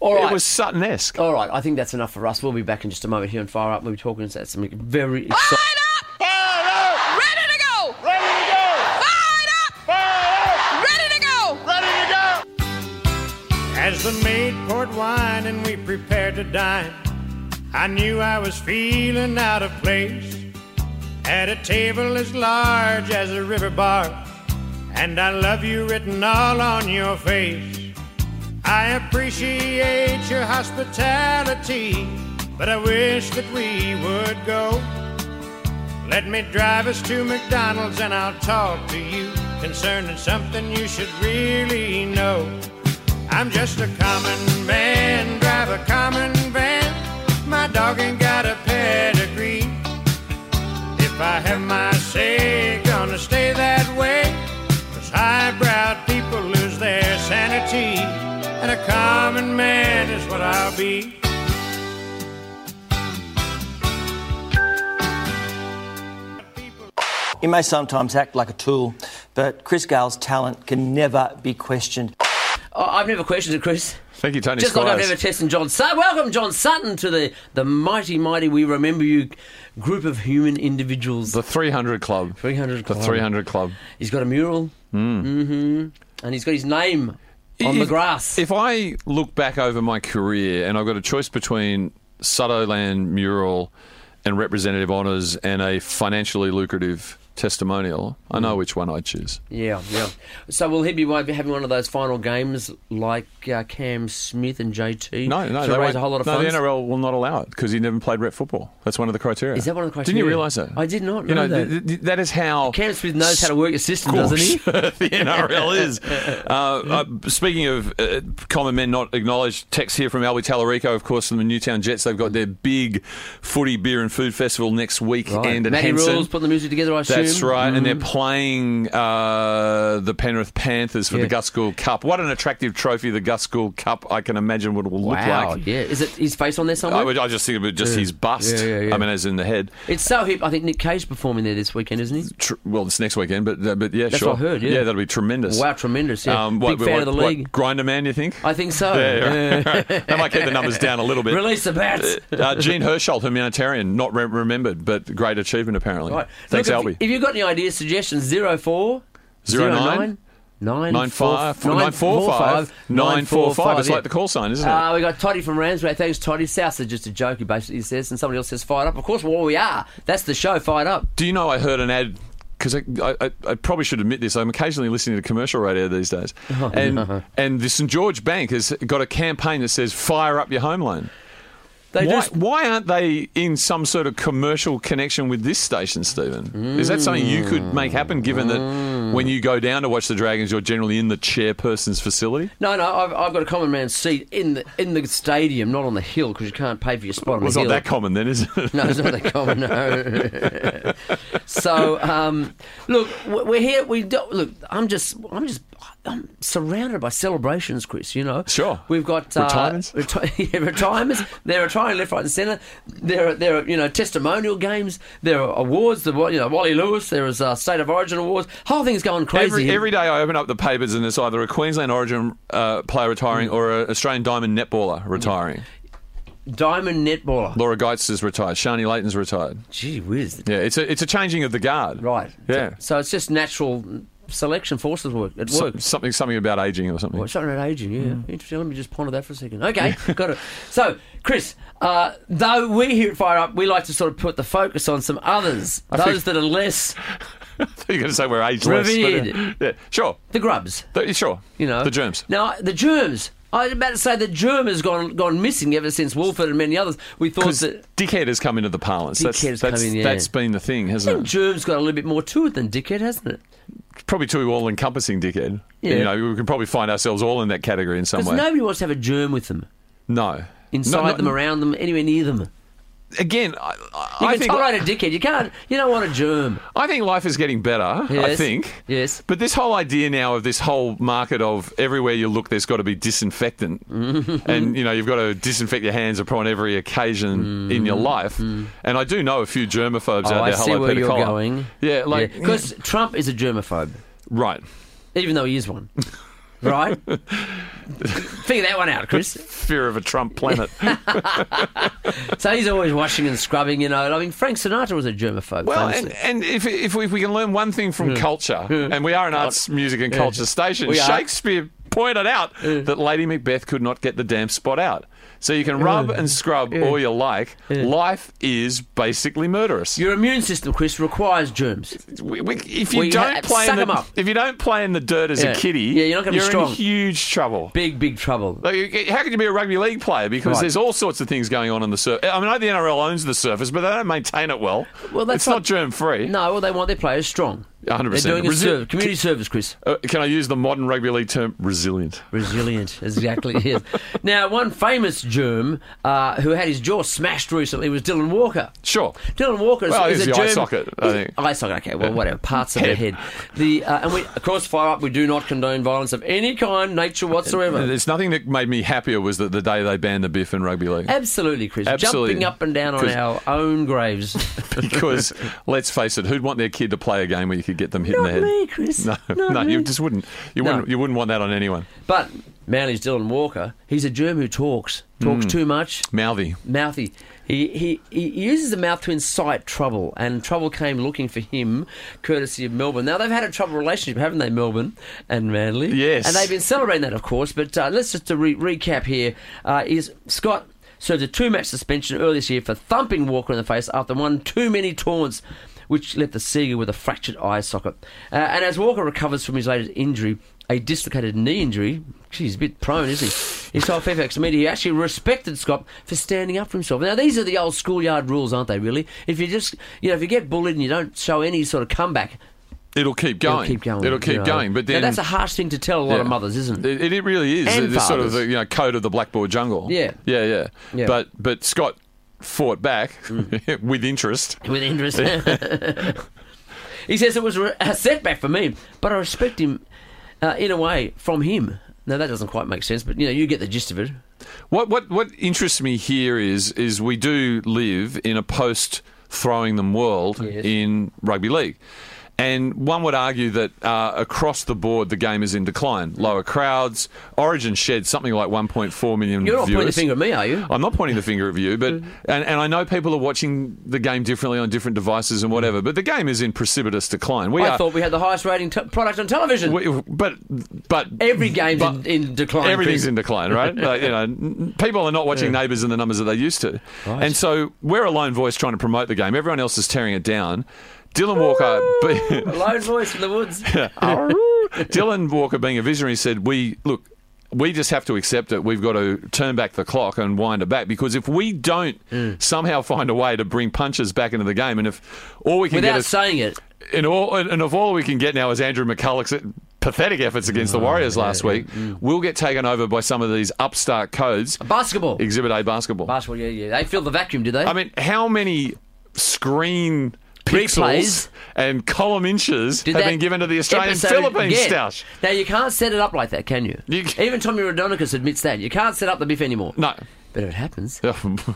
Speaker 4: All right.
Speaker 5: It was Sutton esque.
Speaker 4: All right. I think that's enough for us. We'll be back in just a moment here on Fire Up. We'll be talking about some very exciting.
Speaker 5: Ah!
Speaker 3: Ready to go! Ready to go! Fired up! Ready to go!
Speaker 6: As the maid poured wine and we prepared to dine, I knew I was feeling out of place. At a table as large as a river bar, and I love you written all on your face. I appreciate your hospitality, but I wish that we would go. Let me drive us to McDonald's and I'll talk to you concerning something you should really know. I'm just a common man, drive a common van. My dog ain't got a pedigree. If I have my say, gonna stay that way. Cause highbrow people lose their sanity. And a common man is what I'll be.
Speaker 7: He may sometimes act like a tool, but Chris Gale's talent can never be questioned.
Speaker 4: Oh, I've never questioned it, Chris.
Speaker 5: Thank you, Tony
Speaker 4: Just like I've
Speaker 5: Squires.
Speaker 4: never tested John Sutton. Welcome, John Sutton, to the, the mighty, mighty We Remember You group of human individuals.
Speaker 5: the 300 Club.
Speaker 4: 300
Speaker 5: The
Speaker 4: Club.
Speaker 5: 300 Club.
Speaker 4: He's got a mural. Mm. hmm And he's got his name on the
Speaker 5: If-
Speaker 4: grass.
Speaker 5: If I look back over my career and I've got a choice between Sutherland mural and representative honours and a financially lucrative testimonial, I
Speaker 4: Mm.
Speaker 5: know which one I choose.
Speaker 4: yeah, yeah. So will he be wa- having one of those final games like uh, Cam Smith and JT?
Speaker 5: No, no,
Speaker 4: to raise
Speaker 5: they won't-
Speaker 4: a whole lot of
Speaker 5: no,
Speaker 4: funds.
Speaker 5: the NRL will not allow it because he never played rep football. That's one of the criteria.
Speaker 4: Is that one of the
Speaker 5: Didn't you
Speaker 4: criteria?
Speaker 5: realise that?
Speaker 4: I did not
Speaker 5: You
Speaker 4: know
Speaker 5: know,
Speaker 4: that.
Speaker 5: th- th- that is how
Speaker 4: Cam Smith knows how to work a system, doesn't he?
Speaker 5: course the NRL is. Uh, uh, speaking of uh, common men not acknowledged, text here from Albie Talarico, of course, from the Newtown Jets. They've got their big footy, beer, and food festival next week. And at
Speaker 4: Matty
Speaker 5: Henson.
Speaker 4: Rules putting the music together, I assume.
Speaker 5: That's right, and they're
Speaker 4: Mhm.
Speaker 5: playing uh, the Penrith Panthers for
Speaker 4: Yeah.
Speaker 5: the Gusgold Cup. What an attractive trophy the Gusgold Cup! I can imagine what it will
Speaker 4: Wow,
Speaker 5: look like.
Speaker 4: yeah. Is it his face on there somewhere?
Speaker 5: I, would, I just think about just his bust.
Speaker 4: Yeah, yeah, yeah.
Speaker 5: I mean, as in the head.
Speaker 4: It's so hip. I think Nick Cage performing there this weekend, isn't he?
Speaker 5: Tr- well, it's next weekend, but uh, but yeah,
Speaker 4: That's
Speaker 5: sure.
Speaker 4: what I heard, yeah.
Speaker 5: that'll be tremendous.
Speaker 4: Wow, tremendous! Yeah,
Speaker 5: Um, what,
Speaker 4: big fan
Speaker 5: what-
Speaker 4: of the
Speaker 5: what,
Speaker 4: league.
Speaker 5: Grinder man, you think?
Speaker 4: I think so.
Speaker 5: Yeah, right.
Speaker 4: Uh,
Speaker 5: that might keep the numbers down a little bit.
Speaker 4: Release the bats.
Speaker 5: Uh, Gene Hersholt, humanitarian, not re- remembered, but great achievement apparently.
Speaker 4: Right.
Speaker 5: Thanks,
Speaker 4: Look,
Speaker 5: Albie.
Speaker 4: If, if you've got any ideas, suggestions, zero four
Speaker 5: Zero
Speaker 4: zero
Speaker 5: nine,
Speaker 4: nine nine
Speaker 5: Nine
Speaker 4: four-
Speaker 5: five
Speaker 4: nine
Speaker 5: nine four five nine four five. It's
Speaker 4: yeah.
Speaker 5: like the call sign, isn't it?
Speaker 4: Uh, we got Toddy from Ramsway. Thanks, Toddy. Souths are just a joke, he basically says, and somebody else says, fired up. Of course, well, we are. That's the show, fired up.
Speaker 5: Do you know I heard an ad? Because I, I, I probably should admit this, I'm occasionally listening to commercial radio these days, and and the St George Bank has got a campaign that says "Fire up your home loan."
Speaker 4: They
Speaker 5: why,
Speaker 4: just.
Speaker 5: why aren't they in some sort of commercial connection with this station, Stephen? Is that something you could make happen, given that when you go down to watch the Dragons, you're generally in the chairperson's facility?
Speaker 4: No, no, I've, I've got a common man seat in the in the stadium, not on the hill, because you can't pay for your spot on
Speaker 5: Well, it's
Speaker 4: the
Speaker 5: not
Speaker 4: hill.
Speaker 5: that common then, is it?
Speaker 4: No, it's not that common. No. so, um, look, w- we're here. We do, look. I'm just, I'm just, I'm surrounded by celebrations, Chris. You know,
Speaker 5: Sure.
Speaker 4: We've got uh,
Speaker 5: Retirements?
Speaker 4: reti- yeah, retirements. They're retiring left, right, and centre. There are, there are, you know, testimonial games. There are awards. The you know, Wally Lewis. There is uh, State of Origin awards. Whole thing's going crazy.
Speaker 5: Every, every day I open up the papers and it's either a Queensland Origin uh, player retiring or an Australian Diamond netballer retiring.
Speaker 4: Diamond netballer.
Speaker 5: Laura Geitz is retired. Shani Layton's retired.
Speaker 4: Gee whiz.
Speaker 5: Yeah, it's a it's a changing of the guard.
Speaker 4: Right.
Speaker 5: Yeah.
Speaker 4: So it's just natural selection forces work. It
Speaker 5: So-
Speaker 4: works.
Speaker 5: something something about aging or something.
Speaker 4: Well, something about aging, yeah. Interesting. Let me just ponder that for a second. Okay, got it. So, Chris, uh, though we here at Fire Up, we like to sort of put the focus on some others, those
Speaker 5: think-
Speaker 4: that are less
Speaker 5: You're going to say we're ageless. but, uh,
Speaker 4: Revered.
Speaker 5: yeah, sure.
Speaker 4: the grubs.
Speaker 5: Th- sure.
Speaker 4: You know,
Speaker 5: the germs.
Speaker 4: Now, the germs. I was about to say the germ has gone gone missing ever since Wolford and many others. We thought
Speaker 5: Because
Speaker 4: that
Speaker 5: dickhead has come into the parlance.
Speaker 4: Dickhead
Speaker 5: That's,
Speaker 4: has
Speaker 5: that's,
Speaker 4: come in, yeah.
Speaker 5: that's been the thing,
Speaker 4: I
Speaker 5: hasn't
Speaker 4: think
Speaker 5: it?
Speaker 4: germ's got a little bit more to it than dickhead, hasn't it?
Speaker 5: Probably too all encompassing, dickhead.
Speaker 4: Yeah.
Speaker 5: You know, we can probably find ourselves all in that category in some
Speaker 4: Because
Speaker 5: way.
Speaker 4: nobody wants to have a germ with them,
Speaker 5: no.
Speaker 4: inside
Speaker 5: No, no,
Speaker 4: them, around them, anywhere near them.
Speaker 5: Again, I, I,
Speaker 4: You
Speaker 5: I
Speaker 4: can
Speaker 5: think
Speaker 4: tolerate a dickhead. You can't. You don't want a germ.
Speaker 5: I think life is getting better. I
Speaker 4: Yes.
Speaker 5: think.
Speaker 4: Yes.
Speaker 5: But this whole idea now of this whole market of everywhere you look, there's got to be disinfectant, and you know you've got to disinfect your hands upon every occasion in your life. And I do know a few germaphobes
Speaker 4: Mm-hmm. Oh,
Speaker 5: out
Speaker 4: I
Speaker 5: there.
Speaker 4: see
Speaker 5: Hello,
Speaker 4: where
Speaker 5: Peter
Speaker 4: you're
Speaker 5: Collar.
Speaker 4: going.
Speaker 5: Yeah, like
Speaker 4: because Trump is a germaphobe,
Speaker 5: right.
Speaker 4: even though he is one, right? Figure that one out, Chris.
Speaker 5: Fear of a Trump planet.
Speaker 4: So he's always washing and scrubbing, you know. I mean, Frank Sinatra was a germaphobe.
Speaker 5: well, and,
Speaker 4: famously.
Speaker 5: and if, if, we, if we can learn one thing
Speaker 4: Hmm.
Speaker 5: from culture, and we are an arts, music, and culture station,
Speaker 4: We are. Hmm.
Speaker 5: Shakespeare pointed out that Lady Macbeth could not get the damn spot out. So you can rub
Speaker 4: Hmm.
Speaker 5: and scrub all you like. Life is basically murderous.
Speaker 4: your immune system, Chris, requires germs.
Speaker 5: We- we- if you
Speaker 4: We
Speaker 5: don't
Speaker 4: ha-
Speaker 5: play
Speaker 4: suck
Speaker 5: in
Speaker 4: 'em
Speaker 5: the,
Speaker 4: up.
Speaker 5: if you don't play in the dirt as
Speaker 4: Yeah.
Speaker 5: a kiddie,
Speaker 4: Yeah, you're not gonna be
Speaker 5: you're
Speaker 4: strong.
Speaker 5: in huge trouble.
Speaker 4: Big, big trouble.
Speaker 5: Like, you- how could you be a rugby league player? Because
Speaker 4: Right.
Speaker 5: there's all sorts of things going on on the surface. I mean, I know the NRL owns the surface, but they don't maintain it well.
Speaker 4: Well, that's
Speaker 5: it's not
Speaker 4: what-
Speaker 5: germ free.
Speaker 4: No, well, they want their players strong.
Speaker 5: 100%.
Speaker 4: They're doing a
Speaker 5: Resi-
Speaker 4: service, community service, Chris.
Speaker 5: Uh, can I use the modern rugby league term resilient?
Speaker 4: Resilient, exactly. yes. Now, one famous germ uh, who had his jaw smashed recently was Dylan Walker.
Speaker 5: Sure.
Speaker 4: Dylan Walker is,
Speaker 5: Well,
Speaker 4: is
Speaker 5: it's
Speaker 4: a
Speaker 5: the eye
Speaker 4: germ.
Speaker 5: socket, I
Speaker 4: is-
Speaker 5: think.
Speaker 4: Eye socket. Okay. Well, whatever. Parts of the
Speaker 5: Head.
Speaker 4: head. The uh, and we of course fire up. We do not condone violence of any kind, nature whatsoever.
Speaker 5: There's nothing that made me happier was that the day they banned the biff in rugby league.
Speaker 4: Absolutely, Chris.
Speaker 5: Absolutely.
Speaker 4: Jumping up and down on
Speaker 5: Chris-
Speaker 4: our own graves.
Speaker 5: Because let's face it, who'd want their kid to play a game where you could get them hit in
Speaker 4: Not
Speaker 5: the head?
Speaker 4: me, Chris.
Speaker 5: No,
Speaker 4: Not
Speaker 5: no, you
Speaker 4: me.
Speaker 5: just wouldn't. You
Speaker 4: No.
Speaker 5: wouldn't. You wouldn't want that on anyone.
Speaker 4: but Manly's Dylan Walker. He's a germ who talks, talks too much,
Speaker 5: Hmm. Mouthy.
Speaker 4: mouthy. He, he, he uses the mouth to incite trouble, and trouble came looking for him, courtesy of Melbourne. Now, they've had a troubled relationship, haven't they, Melbourne and Manly?
Speaker 5: Yes.
Speaker 4: And they've been celebrating that, of course, but uh, let's just uh, re- recap here. Uh, is Scott served a two match suspension earlier this year for thumping Walker in the face after one too many taunts. Which left the Seagull with a fractured eye socket. Uh, and as Walker recovers from his latest injury, a dislocated knee injury, Gee, he's a bit prone, isn't he? He told Fairfax Media he actually respected Scott for standing up for himself. Now these are the old schoolyard rules, aren't they? Really, if you just you know if you get bullied and you don't show any sort of comeback,
Speaker 5: It'll keep
Speaker 4: it'll
Speaker 5: going.
Speaker 4: keep going.
Speaker 5: It'll keep
Speaker 4: you know.
Speaker 5: going. But
Speaker 4: Now,
Speaker 5: then
Speaker 4: that's a harsh thing to tell a lot of
Speaker 5: Yeah.
Speaker 4: mothers, isn't it?
Speaker 5: It, it really is.
Speaker 4: And
Speaker 5: It's sort of
Speaker 4: fathers.
Speaker 5: the you know code of the blackboard jungle.
Speaker 4: Yeah.
Speaker 5: yeah, yeah.
Speaker 4: Yeah. Mm.
Speaker 5: But but Scott fought back with interest.
Speaker 4: With interest, he says it was re- a setback for me, but I respect him uh, in a way from him. Now that doesn't quite make sense, but you know you get the gist of it.
Speaker 5: What what what interests me here is is we do live in a post throwing them world
Speaker 4: Yes.
Speaker 5: in rugby league. And one would argue that uh, across the board, the game is in decline. Lower crowds. Origin shed something like 1.4 million
Speaker 4: You're not pointing the
Speaker 5: viewers. Oh,
Speaker 4: finger at me, Mm-hmm. are you?
Speaker 5: I'm not pointing the finger at you, but and, and I know people are watching the game differently on different devices and whatever. But the game is in precipitous decline. We
Speaker 4: I
Speaker 5: are,
Speaker 4: thought we had the highest rating t- product on television.
Speaker 5: we, but but
Speaker 4: Every game's
Speaker 5: but-
Speaker 4: in, in decline.
Speaker 5: Everything's
Speaker 4: Chris.
Speaker 5: in decline, right? Like, you know, n- people are not watching Neighbours in the numbers that they used to, and so we're a lone voice trying to promote the game. Everyone else is tearing it down. Dylan Walker, be-
Speaker 4: Lone voice in the woods.
Speaker 5: Dylan Walker, being a visionary, said, "We look, we just have to accept it. We've got to turn back the clock and wind it back because if we don't somehow find a way to bring punches back into the game, and if all we can
Speaker 4: Without
Speaker 5: get is
Speaker 4: saying it,
Speaker 5: and all and and if all we can get now is Andrew McCulloch's pathetic efforts against
Speaker 4: Oh,
Speaker 5: the Warriors last week,
Speaker 4: mm.
Speaker 5: we'll get taken over by some of these upstart codes.
Speaker 4: basketball.
Speaker 5: Exhibit A basketball.
Speaker 4: Basketball, yeah, yeah. They filled the vacuum, did they?
Speaker 5: I mean, how many screen
Speaker 4: Replays.
Speaker 5: pixels and column inches
Speaker 4: did
Speaker 5: have
Speaker 4: that
Speaker 5: been given to the Australian
Speaker 4: episode
Speaker 5: Philippines
Speaker 4: get-
Speaker 5: stoush?
Speaker 4: Now, you can't set it up like that, can you?
Speaker 5: You c-
Speaker 4: Even Tommy Rodonicus admits that. You can't set up the biff anymore.
Speaker 5: No. Oh,
Speaker 4: But if it happens.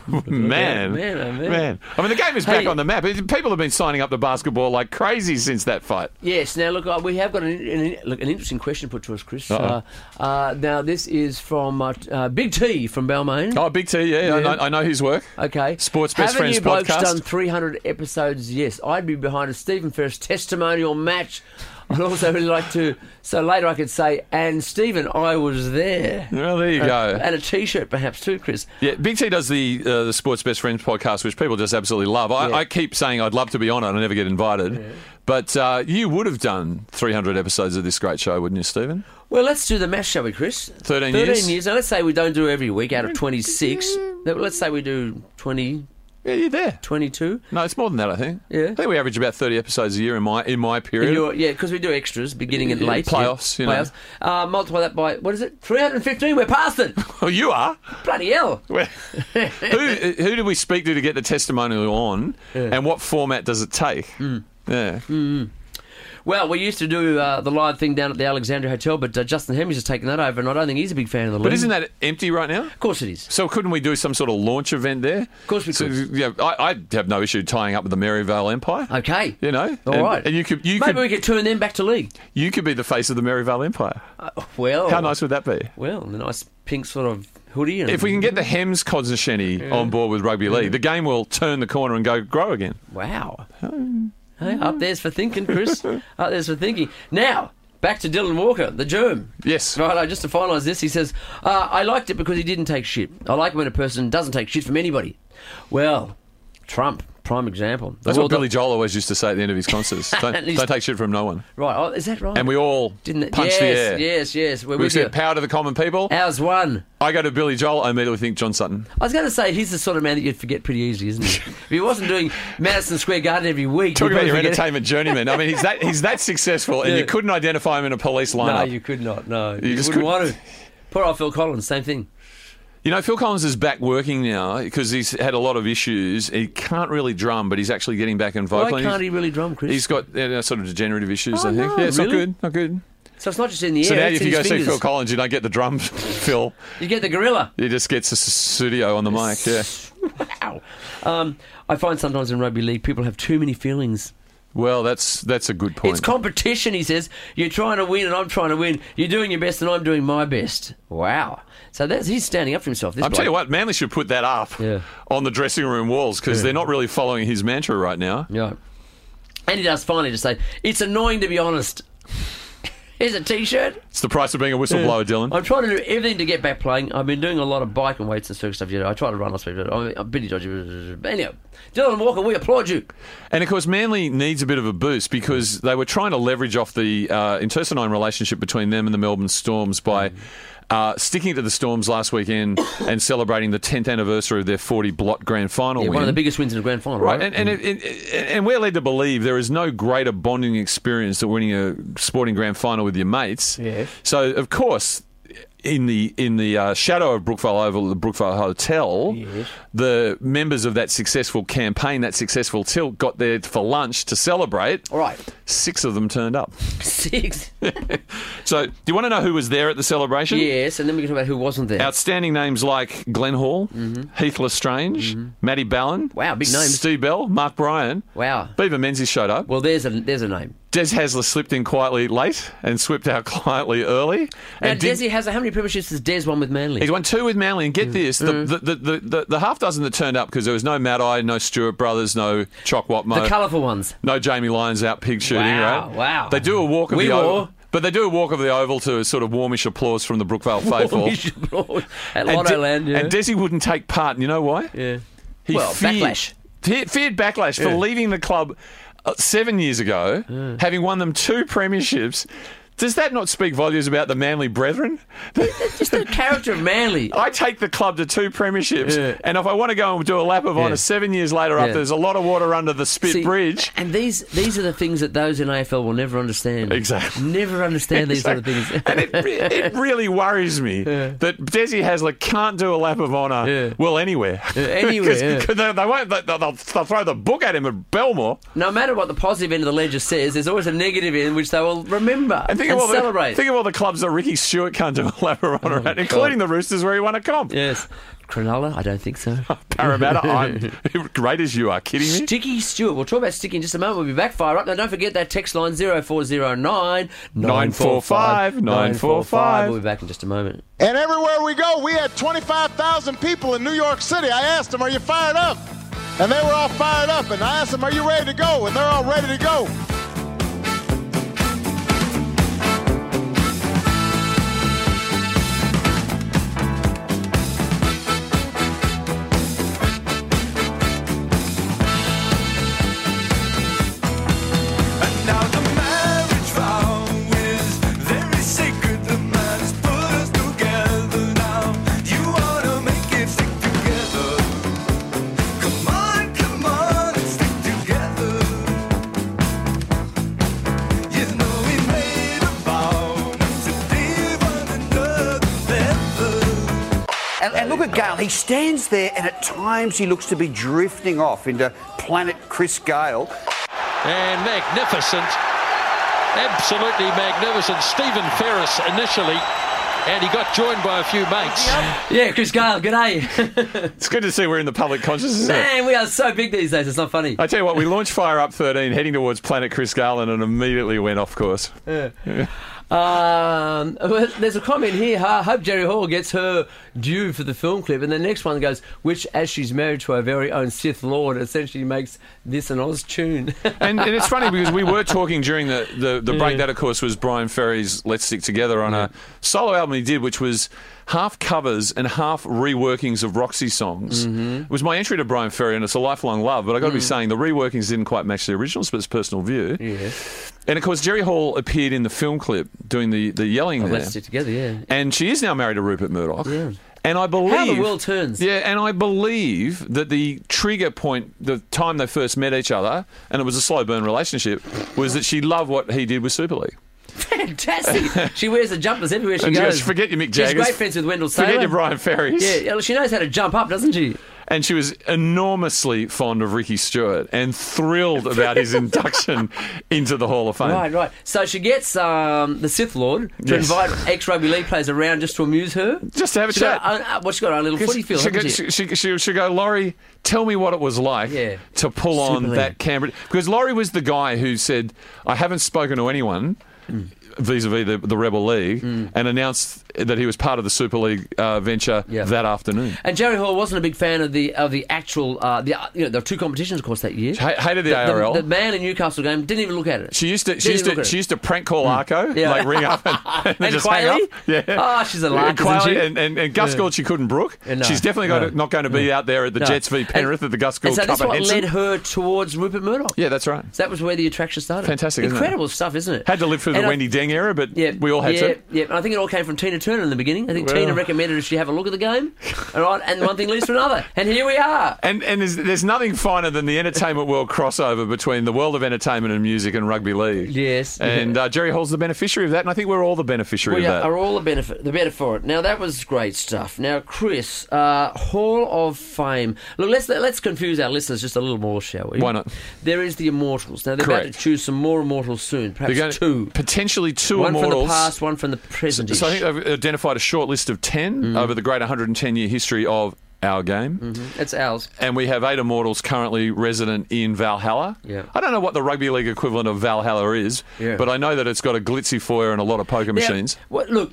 Speaker 5: man,
Speaker 4: man, oh, man.
Speaker 5: I mean, the game is back
Speaker 4: Hey.
Speaker 5: on the map. People have been signing up to basketball like crazy since that fight.
Speaker 4: Yes. Now, look, uh, we have got an, an, look, an interesting question put to us, Chris. Uh, uh, now, this is from uh, t- uh, Big T from Balmain.
Speaker 5: Oh, Big T, yeah, I,
Speaker 4: Yeah.
Speaker 5: know, I know his work.
Speaker 4: Okay.
Speaker 5: Sports Best
Speaker 4: Haven't
Speaker 5: Friends
Speaker 4: you blokes
Speaker 5: podcast.
Speaker 4: done 300 episodes? Yes. I'd be behind a Stephen Ferris testimonial match. I'd also really like to. So later I could say, and Stephen, I was there. Uh,
Speaker 5: Well, there you go.
Speaker 4: And a t shirt perhaps too, Chris.
Speaker 5: Yeah, Big T does the uh, the Sports Best Friends podcast, which people just absolutely love. I,
Speaker 4: Yeah.
Speaker 5: I keep saying I'd love to be on it, I never get invited. But uh, you would have done 300 episodes of this great show, wouldn't you, Stephen?
Speaker 4: Well, let's do the match, shall we, Chris?
Speaker 5: 13
Speaker 4: 13
Speaker 5: years.
Speaker 4: years. Now, let's say we don't do every week out of 26. Now, Let's say we do 20,
Speaker 5: Yeah, you're there.
Speaker 4: 22.
Speaker 5: No, it's more than that. I think.
Speaker 4: Yeah.
Speaker 5: I think we average about 30 episodes a year in my in my period.
Speaker 4: In your- yeah, because we do extras, beginning and
Speaker 5: Yeah,
Speaker 4: late.
Speaker 5: playoffs,
Speaker 4: yeah.
Speaker 5: you know.
Speaker 4: playoffs. Uh, multiply that by, what is it? 315. We're past it.
Speaker 5: oh, you are.
Speaker 4: Bloody hell.
Speaker 5: Well, who who do we speak to to get the testimonial on, and what format does it take?
Speaker 4: Hmm.
Speaker 5: Yeah.
Speaker 4: Well, we used to do uh, the live thing down at the Alexandria Hotel, but uh, Justin Hemmings has taken that over, and I don't think he's a big fan of the league.
Speaker 5: But isn't that empty right now?
Speaker 4: Of course it is.
Speaker 5: So couldn't we do some sort of launch event there? Of
Speaker 4: course we could.
Speaker 5: Yeah, I, I have no issue tying up with the Maryvale Empire.
Speaker 4: Okay.
Speaker 5: You know,
Speaker 4: All
Speaker 5: and,
Speaker 4: right.
Speaker 5: and you could you
Speaker 4: Maybe
Speaker 5: could
Speaker 4: we could turn them back to league. Uh,
Speaker 5: you could be the face of the Maryvale Empire.
Speaker 4: Well,
Speaker 5: How nice would that be?
Speaker 4: Well, a nice pink sort of hoodie. And
Speaker 5: If we can get the Hems Cosnasheni on board with rugby league, the game will turn the corner and go grow again.
Speaker 4: Wow. Hey, up there's for thinking, Chris. up there's for thinking. Now, back to Dylan Walker, the germ.
Speaker 5: Yes.
Speaker 4: Right, just to finalise this, he says, uh, I liked it because he didn't take shit. I like when a person doesn't take shit from anybody. Well, Trump, prime example. The
Speaker 5: That's what
Speaker 4: world-
Speaker 5: Billy Joel always used to say at the end of his concerts. Don't,
Speaker 4: And he's-
Speaker 5: don't take shit from no one.
Speaker 4: Right, oh, is that right?
Speaker 5: And we all
Speaker 4: Didn't it?
Speaker 5: punch
Speaker 4: yes,
Speaker 5: the air.
Speaker 4: Yes, yes, We're
Speaker 5: We
Speaker 4: with you.
Speaker 5: said power to the common people.
Speaker 4: Ours won.
Speaker 5: I go to Billy Joel, I immediately think John Sutton.
Speaker 4: I was going to say he's the sort of man that you'd forget pretty easily, isn't he? if he wasn't doing Madison Square Garden every week,
Speaker 5: Talk
Speaker 4: you'd
Speaker 5: about
Speaker 4: probably
Speaker 5: your
Speaker 4: forget it.
Speaker 5: entertainment journeyman. I mean, he's that he's that successful, and
Speaker 4: Yeah.
Speaker 5: you couldn't identify him in a police
Speaker 4: No,
Speaker 5: lineup.
Speaker 4: you could not. No, you,
Speaker 5: just
Speaker 4: wouldn't
Speaker 5: couldn't.
Speaker 4: want to. Poor old Phil Collins, same thing.
Speaker 5: You know, Phil Collins is back working now because he's had a lot of issues. He can't really drum, but he's actually getting back in vocal.
Speaker 4: Why can't he really drum, Chris?
Speaker 5: He's got you know, sort of degenerative issues,
Speaker 4: Oh,
Speaker 5: I think.
Speaker 4: no,
Speaker 5: yeah, it's not
Speaker 4: really?
Speaker 5: good. Not good.
Speaker 4: so it's not just in the air.
Speaker 5: so now,
Speaker 4: it's
Speaker 5: if
Speaker 4: in
Speaker 5: you go
Speaker 4: his
Speaker 5: see
Speaker 4: fingers.
Speaker 5: Phil Collins, you don't get the drum, Phil.
Speaker 4: you get the gorilla.
Speaker 5: He just gets a s- studio on the mic. Yeah.
Speaker 4: Wow. Um, I find sometimes in rugby league people have too many feelings.
Speaker 5: Well, that's that's a good point.
Speaker 4: It's competition, he says. You're trying to win and I'm trying to win. You're doing your best and I'm doing my best. Wow. So that's he's standing up for himself. This
Speaker 5: I'll tell you
Speaker 4: bloke.
Speaker 5: what, Manly should put that up
Speaker 4: Yeah.
Speaker 5: on the dressing room walls because they're not really following his mantra right now.
Speaker 4: Yeah. And he does finally just say, It's annoying to be honest. Here's a t shirt.
Speaker 5: It's the price of being a whistleblower, Dylan.
Speaker 4: I'm trying to do everything to get back playing. I've been doing a lot of bike and weights and circus stuff. You know, I tried to run last week, but I'm, I'm Benny Dodgy. But anyhow, Dylan Walker, we applaud you.
Speaker 5: And of course, Manly needs a bit of a boost because they were trying to leverage off the uh, intestine relationship between them and the Melbourne Storms by uh, sticking to the Storms last weekend and celebrating the 10th anniversary of their 40 blot grand final
Speaker 4: Yeah,
Speaker 5: win.
Speaker 4: one of the biggest wins in the grand final, right?
Speaker 5: Oh, Right, and and, and and we're led to believe there is no greater bonding experience than winning a sporting grand final with your mates.
Speaker 4: Yes.
Speaker 5: So of course, in the in the uh, shadow of Brookvale Oval, the Brookvale Hotel, the members of that successful campaign, that successful tilt, got there for lunch to celebrate.
Speaker 2: All right.
Speaker 5: Six of them turned up.
Speaker 4: Six.
Speaker 5: So do you want to know who was there at the celebration?
Speaker 4: yes, and then we can talk about who wasn't there.
Speaker 5: Outstanding names like Glenn Hall, Heath Lestrange, Matty Ballin.
Speaker 4: Mm-hmm. Wow, big names.
Speaker 5: Steve Bell, Mark Bryan.
Speaker 4: Wow.
Speaker 5: Beaver Menzies showed up.
Speaker 4: Well, there's a there's a name.
Speaker 5: Des Hasler slipped in quietly late and slipped out quietly early.
Speaker 4: Now,
Speaker 5: And did-
Speaker 4: Desi has how many premierships has Des won with Manly?
Speaker 5: He's won two with Manly, and
Speaker 4: Mm.
Speaker 5: get this: the, the, the, the, the, the half dozen that turned up because there was no Mad Eye, no Stewart Brothers, no Chokwat Mo,
Speaker 4: the colourful ones.
Speaker 5: no Jamie Lyons out pig shooting.
Speaker 4: Wow,
Speaker 5: right?
Speaker 4: wow.
Speaker 5: They do a walk of
Speaker 4: We
Speaker 5: the
Speaker 4: wore-
Speaker 5: oval, but they do a walk of the oval to a sort of warmish applause from the Brookvale faithful.
Speaker 4: At
Speaker 5: And
Speaker 4: Lotto
Speaker 5: De-
Speaker 4: Land, yeah.
Speaker 5: and Desi wouldn't take part, and you know why?
Speaker 4: yeah.
Speaker 5: He
Speaker 4: Well,
Speaker 5: feared,
Speaker 4: backlash.
Speaker 5: He feared backlash for leaving the club uh, seven years ago, having won them two premierships. Does that not speak volumes about the Manly brethren?
Speaker 4: Just the character of Manly.
Speaker 5: I take the club to two premierships,
Speaker 4: Yeah.
Speaker 5: and if I want to go and do a lap of honour seven years later, after
Speaker 4: Yeah.
Speaker 5: there's a lot of water under the Spit
Speaker 4: See,
Speaker 5: Bridge.
Speaker 4: And these these are the things that those in AFL will never understand.
Speaker 5: Exactly.
Speaker 4: Never understand these sort of things.
Speaker 5: and it, re- it really worries me that Desi Hasler can't do a lap of honour.
Speaker 4: Yeah.
Speaker 5: Well, anywhere,
Speaker 4: anywhere,
Speaker 5: 'Cause-
Speaker 4: yeah.
Speaker 5: 'cause they, they won't. They, they'll, they'll throw the book at him at Belmore.
Speaker 4: no matter what the positive end of the ledger says, there's always a negative end which they will remember and, celebrate. Oh,
Speaker 5: The, think of all the clubs that Ricky Stewart can't do a lap around, at, including the Roosters where he won a comp.
Speaker 4: yes. Cronulla? I don't think so.
Speaker 5: Parramatta, I'm great as you are. Kidding me?
Speaker 4: Sticky Stewart. We'll talk about Sticky in just a moment. We'll be back. Fire up. Now, don't forget that text line 0409
Speaker 5: 945 945.
Speaker 4: We'll be back in just a moment.
Speaker 8: And everywhere we go, we had 25,000 people in New York City. I asked them, Are you fired up? And they were all fired up. And I asked them, Are you ready to go? And they're all ready to go.
Speaker 9: And, and look at Gale. He stands there, and at times he looks to be drifting off into planet Chris Gale.
Speaker 10: And magnificent, absolutely magnificent. Stephen Ferris initially, and he got joined by a few mates.
Speaker 4: Yeah, Chris Gale, g'day.
Speaker 5: It's good to see we're in the public consciousness. isn't it?
Speaker 4: Man, we are so big these days. It's not funny.
Speaker 5: I tell you what, we launched Fire Up 13 heading towards Planet Chris Garland and immediately went off course.
Speaker 4: Um, well, there's a comment here. I hope Jerry Hall gets her due for the film clip. And the next one goes, which, as she's married to our very own Sith Lord, essentially makes this an Oz tune.
Speaker 5: And, and it's funny because we were talking during the, the, the break. That, of course, was Brian Ferry's Let's Stick Together on a solo album he did, which was half covers and half reworkings of Roxy songs. It was my entry to Brian Ferry, and it's a lifelong love, but i got to be saying the reworkings didn't quite match the originals, but it's personal view. And, of course, Jerry Hall appeared in the film clip doing the, the yelling there.
Speaker 4: Let's stick together, yeah.
Speaker 5: and she is now married to Rupert Murdoch. And I believe
Speaker 4: How the world turns.
Speaker 5: Yeah, and I believe that the trigger point, the time they first met each other, and it was a slow burn relationship, was that she loved what he did with Super League.
Speaker 4: Fantastic. she wears the jumpers everywhere she
Speaker 5: And
Speaker 4: goes.
Speaker 5: just forget your Mick
Speaker 4: She's
Speaker 5: Jaggers.
Speaker 4: great friends with Wendell Saylor.
Speaker 5: Forget your Brian Ferries.
Speaker 4: Yeah, she knows how to jump up, doesn't she?
Speaker 5: And she was enormously fond of Ricky Stewart and thrilled about his induction into the Hall of Fame.
Speaker 4: Right, right. So she gets um, the Sith Lord to
Speaker 5: Yes.
Speaker 4: invite ex rugby league players around just to amuse her.
Speaker 5: Just to have a
Speaker 4: She
Speaker 5: chat.
Speaker 4: got her own- uh, well, she got her own little footy field,
Speaker 5: she,
Speaker 4: haven't
Speaker 5: go,
Speaker 4: she?
Speaker 5: she, she, she, she go, Laurie, tell me what it was like
Speaker 4: Yeah.
Speaker 5: to pull on
Speaker 4: Super leader.
Speaker 5: that Canberra. Because Laurie was the guy who said, I haven't spoken to anyone
Speaker 4: Mm.
Speaker 5: vis a vis the the Rebel League and announced that he was part of the Super League uh, venture
Speaker 4: Yeah.
Speaker 5: that afternoon.
Speaker 4: And Jerry Hall wasn't a big fan of the of the actual uh, the uh, you know there were two competitions of course that year.
Speaker 5: Ha- hated the,
Speaker 4: the,
Speaker 5: ARL.
Speaker 4: the man in Newcastle game didn't even look at it.
Speaker 5: she used to she
Speaker 4: Didn't
Speaker 5: used
Speaker 4: look
Speaker 5: to
Speaker 4: at
Speaker 5: she
Speaker 4: it.
Speaker 5: used to prank call Arco,
Speaker 4: Yeah.
Speaker 5: like ring up and, and,
Speaker 4: And
Speaker 5: just hang up.
Speaker 4: Quayle?
Speaker 5: Yeah,
Speaker 4: Oh, she's a lark,
Speaker 5: And Quayle
Speaker 4: isn't she?
Speaker 5: and, and, and Gus Gould she couldn't brook.
Speaker 4: Yeah, no,
Speaker 5: she's definitely
Speaker 4: no.
Speaker 5: gonna, not going to be out there at the
Speaker 4: No.
Speaker 5: Jets v
Speaker 4: And-
Speaker 5: Penrith at the Gus
Speaker 4: and
Speaker 5: Gould
Speaker 4: so
Speaker 5: Cup
Speaker 4: that's
Speaker 5: at
Speaker 4: what
Speaker 5: Henson.
Speaker 4: led her towards Rupert Murdoch.
Speaker 5: yeah, that's right.
Speaker 4: So that was where the attraction started.
Speaker 5: Fantastic, isn't it?
Speaker 4: incredible stuff, isn't it?
Speaker 5: Had to live through the
Speaker 4: And I-
Speaker 5: Wendy Deng era, but
Speaker 4: Yeah,
Speaker 5: we all had
Speaker 4: yeah,
Speaker 5: to.
Speaker 4: Yeah, and I think it all came from Tina Turner in the beginning. I think
Speaker 5: Well.
Speaker 4: Tina recommended she have a look at the game, all right, and one thing leads to another, and here we are.
Speaker 5: And and there's, there's nothing finer than the entertainment world crossover between the world of entertainment and music and rugby league.
Speaker 4: Yes.
Speaker 5: And uh, Jerry Hall's the beneficiary of that, and I think we're all the beneficiary
Speaker 4: We
Speaker 5: of
Speaker 4: are,
Speaker 5: that.
Speaker 4: are all the benefit the better for it. Now that was great stuff. Now Chris, uh, Hall of Fame. Look, let's let's confuse our listeners just a little more, shall we?
Speaker 5: Why not?
Speaker 4: There is the Immortals. Now they're about
Speaker 5: Correct.
Speaker 4: to choose some more Immortals soon.
Speaker 5: They're
Speaker 4: Perhaps
Speaker 5: going to-
Speaker 4: two.
Speaker 5: potentially two
Speaker 4: One
Speaker 5: immortals.
Speaker 4: from the past, one from the present. Mm-hmm.
Speaker 5: So I think they've identified a short list of ten over the great 110 year history of our game.
Speaker 4: it's ours.
Speaker 5: And we have eight immortals currently resident in Valhalla.
Speaker 4: Yeah.
Speaker 5: I don't know what the rugby league equivalent of Valhalla is,
Speaker 4: Yeah.
Speaker 5: but I know that it's got a glitzy foyer and a lot of poker
Speaker 4: Now,
Speaker 5: machines.
Speaker 4: what- look,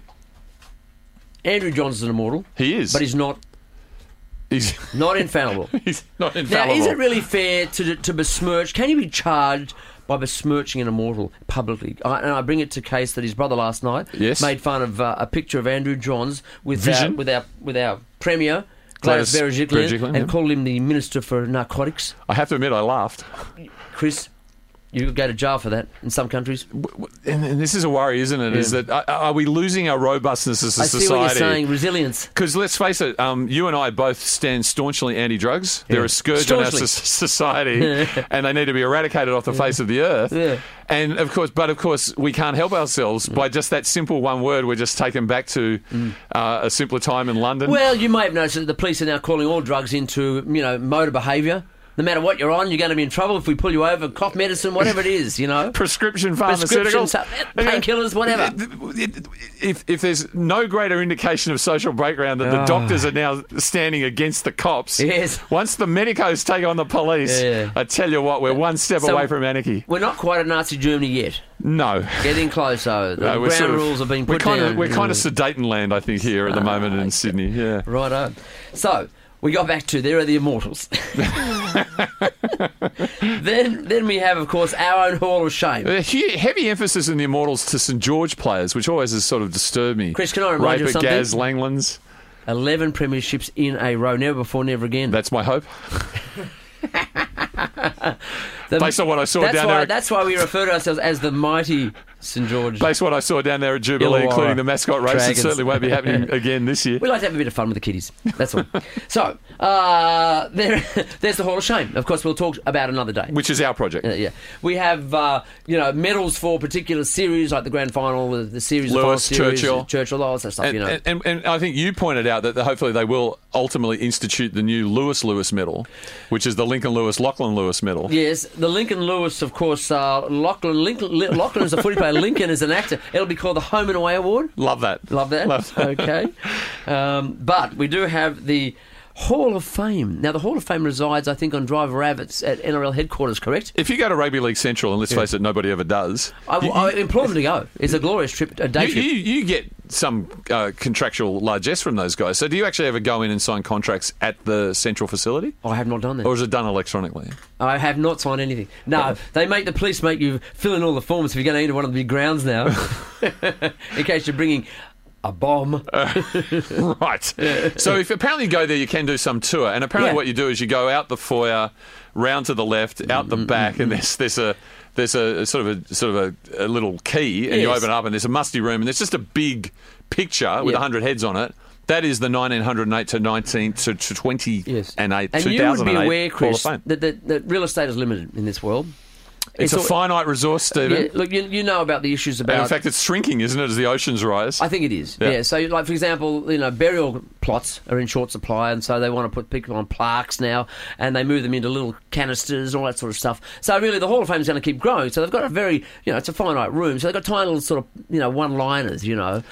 Speaker 4: Andrew Johnson's an immortal,
Speaker 5: He is.
Speaker 4: but he's not
Speaker 5: he's,
Speaker 4: not infallible.
Speaker 5: he's not
Speaker 4: Now,
Speaker 5: infallible.
Speaker 4: is it really fair to, to besmirch? Can you be charged by besmirching an immortal publicly? I, and I bring it to case that his brother last night
Speaker 5: Yes.
Speaker 4: made fun of uh, a picture of Andrew Johns with our,
Speaker 5: Vision.
Speaker 4: with our with our premier. Gladys
Speaker 5: Gladys
Speaker 4: Berejiklian,
Speaker 5: Berejiklian,
Speaker 4: and
Speaker 5: yeah.
Speaker 4: called him the Minister for Narcotics.
Speaker 5: I have to admit, I laughed.
Speaker 4: Chris, you could go to jail for that in some countries.
Speaker 5: W- w- And and this is a worry, isn't it? Is
Speaker 4: Yeah.
Speaker 5: that are are we losing our robustness as a
Speaker 4: I
Speaker 5: society?
Speaker 4: see what you're saying, resilience.
Speaker 5: Because let's face it, um, you and I both stand staunchly anti-drugs. They're
Speaker 4: Yeah.
Speaker 5: a scourge on our
Speaker 4: Staunchly.
Speaker 5: so- society, and they need to be eradicated off the face of the earth.
Speaker 4: Yeah. Mm.
Speaker 5: And of course, but of course, we can't help ourselves by just that simple one word. We're just taken back to uh, a simpler time in London.
Speaker 4: Well, you may have noticed that the police are now calling all drugs into, you know, motor behaviour. No matter what you're on, you're going to be in trouble if we pull you over, cough medicine, whatever it is, you know.
Speaker 5: prescription
Speaker 4: Prescription
Speaker 5: pharmaceuticals, Uh,
Speaker 4: stuff, uh, painkillers, whatever.
Speaker 5: It- it- If, if there's no greater indication of social breakdown that the
Speaker 4: Ah.
Speaker 5: doctors are now standing against the cops,
Speaker 4: Yes.
Speaker 5: once the medicos take on the police,
Speaker 4: Yeah.
Speaker 5: I tell you what, we're one step
Speaker 4: So-
Speaker 5: away from anarchy.
Speaker 4: We're not quite at Nazi Germany yet.
Speaker 5: No.
Speaker 4: Getting close, though. The
Speaker 5: No, we're
Speaker 4: ground
Speaker 5: sort of-
Speaker 4: rules have been
Speaker 5: we're
Speaker 4: put
Speaker 5: kind
Speaker 4: down. Ah,
Speaker 5: Of, we're kind of sedating land, I think, here at the moment in Sydney. Yeah.
Speaker 4: Right on. So, we got back to there are the immortals. then, then we have, of course, our own Hall of Shame.
Speaker 5: A Uh, he- heavy emphasis in the Immortals to St George players, which always has sort of disturbed me.
Speaker 4: Chris, can I remind you of
Speaker 5: Raper,
Speaker 4: something?
Speaker 5: Gaz, Langlands.
Speaker 4: 11 premierships in a row. Never before, never again.
Speaker 5: That's my hope.
Speaker 4: The-
Speaker 5: based on what I saw
Speaker 4: that's
Speaker 5: down
Speaker 4: why,
Speaker 5: there at-
Speaker 4: That's why we refer to ourselves as the mighty St George.
Speaker 5: Based on what I saw down there at Jubilee,
Speaker 4: Illawarra.
Speaker 5: including the mascot race,
Speaker 4: Dragons.
Speaker 5: it certainly won't be happening again this year.
Speaker 4: We like to have a bit of fun with the kiddies. That's all. so uh, there, there's the Hall of Shame. Of course, we'll talk about another day.
Speaker 5: Which is our project.
Speaker 4: Uh, yeah, we have uh, you know medals for particular series like the grand final, the, the series, the final
Speaker 5: Lewis,
Speaker 4: series,
Speaker 5: Churchill.
Speaker 4: Churchill, all that stuff.
Speaker 5: And,
Speaker 4: you know,
Speaker 5: and, and, and I think you pointed out that hopefully they will ultimately institute the new Lewis Lewis medal, which is the Lincoln Lewis Lachlan Lewis medal.
Speaker 4: Yes, the Lincoln Lewis, of course. Uh, Lachlan, Lincoln, Li- Lachlan is a footy player. Lincoln is an actor. It'll be called the Home and Away Award.
Speaker 5: Love that.
Speaker 4: Love that.
Speaker 5: Love that.
Speaker 4: Okay. Um, but we do have the Hall of Fame. Now, the Hall of Fame resides, I think, on Driver Rabbits at NRL headquarters, correct?
Speaker 5: If you go to Rugby League Central, and let's face it, nobody ever does.
Speaker 4: I,
Speaker 5: you,
Speaker 4: I implore them to go. It's a glorious trip, a day
Speaker 5: you, you,
Speaker 4: trip.
Speaker 5: you get some uh, contractual largesse from those guys. So do you actually ever go in and sign contracts at the Central facility?
Speaker 4: Oh, I have not done that.
Speaker 5: Or is it done electronically?
Speaker 4: I have not signed anything. No, they make the police make you fill in all the forms if you're going to enter one of the big grounds now, in case you're bringing a bomb.
Speaker 5: Uh, Right. so if apparently you go there, you can do some tour. And apparently,
Speaker 4: Yeah.
Speaker 5: what you do is you go out the foyer, round to the left, out
Speaker 4: Mm-hmm,
Speaker 5: the back, and there's there's a there's a sort of a sort of a, a little key, and you
Speaker 4: Yes.
Speaker 5: open it up, and there's a musty room, and there's just a big picture with
Speaker 4: Yeah.
Speaker 5: with hundred heads on it. That is the 1908 to 19 to, to 20
Speaker 4: Yes.
Speaker 5: and 8,
Speaker 4: you would be
Speaker 5: 2008
Speaker 4: aware,
Speaker 5: Hall of
Speaker 4: Chris,
Speaker 5: Fame.
Speaker 4: that, that, that real estate is limited in this world.
Speaker 5: It's,
Speaker 4: It's
Speaker 5: a
Speaker 4: al-
Speaker 5: finite resource, Stephen.
Speaker 4: Yeah, look, you, you know about the issues
Speaker 5: And
Speaker 4: about.
Speaker 5: in fact, it's shrinking, isn't it, as the oceans rise?
Speaker 4: I think it is.
Speaker 5: Yeah.
Speaker 4: Yeah. So, like for example, you know, burial plots are in short supply, and so they want to put people on plaques now, and they move them into little canisters and all that sort of stuff. So, really, the Hall of Fame is going to keep growing. So they've got a very, you know, it's a finite room. So they've got tiny little sort of, you know, one-liners. You know,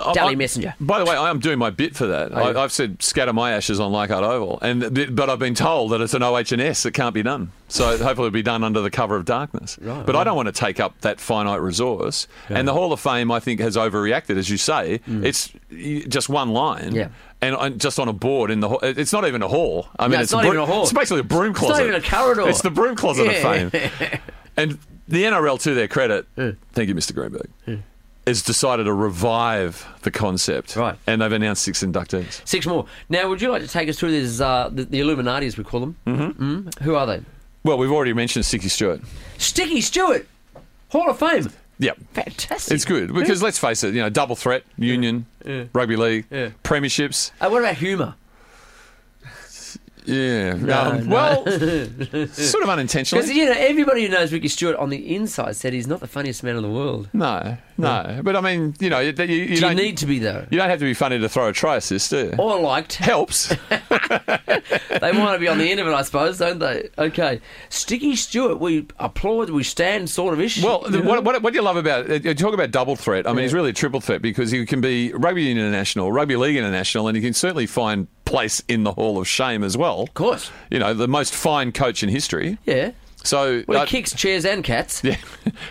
Speaker 5: I-
Speaker 4: Daily
Speaker 5: I-
Speaker 4: Messenger.
Speaker 5: By the way, I am doing my bit for that.
Speaker 4: Are you?
Speaker 5: I, I've said scatter my ashes on Leichhardt Oval, and th- but I've been told that it's an OH and S that can't be done. So hopefully it'll be done under the cover of darkness.
Speaker 4: Right,
Speaker 5: but I don't want to take up that finite resource. And the Hall of Fame, I think, has overreacted, as you say. It's y- just one line.
Speaker 4: Mm. Yeah.
Speaker 5: And and just on a board in the, hall- it's not even a hall. I mean,
Speaker 4: No, it's not
Speaker 5: bro-
Speaker 4: even a hall.
Speaker 5: It's basically a broom
Speaker 4: not
Speaker 5: closet.
Speaker 4: even a corridor.
Speaker 5: It's the broom closet
Speaker 4: Yeah.
Speaker 5: of fame. And the NRL, to their credit, thank you, Mr. Greenberg, has decided to revive the concept.
Speaker 4: Right.
Speaker 5: And they've announced six inductees.
Speaker 4: six more. Now, would you like to take us through these uh, the, the Illuminati, as we call them? Mm-hmm. mm Who are they?
Speaker 5: Well, we've already mentioned Sticky Stewart.
Speaker 4: Sticky Stewart, Hall of Fame.
Speaker 5: Yeah.
Speaker 4: Fantastic.
Speaker 5: It's good because let's face it, you know, double threat, union, rugby league,
Speaker 4: Yeah.
Speaker 5: premierships.
Speaker 4: Uh, what about humour?
Speaker 5: Yeah. um, Well, sort of unintentionally.
Speaker 4: Because you know everybody who knows Ricky Stewart on the inside said he's not the funniest man in the world.
Speaker 5: no, no. But I mean, you know, you, you, you
Speaker 4: Do you
Speaker 5: don't
Speaker 4: need to be though.
Speaker 5: you don't have to be funny to throw a try assist, do you?
Speaker 4: Or liked.
Speaker 5: Helps.
Speaker 4: They want to be on the end of it, I suppose, don't they? Okay. Sticky Stewart, we applaud, we stand sort of ish.
Speaker 5: Well, the,
Speaker 4: you know?
Speaker 5: what, what, what do you love about it? You talk about double threat. I mean, he's really a triple threat because he can be rugby union international, rugby league international, and he can certainly find place in the Hall of Shame as well. Of
Speaker 4: course.
Speaker 5: You know, the most fine coach in history.
Speaker 4: Yeah.
Speaker 5: So
Speaker 4: Well,
Speaker 5: uh,
Speaker 4: he kicks chairs and cats.
Speaker 5: Yeah,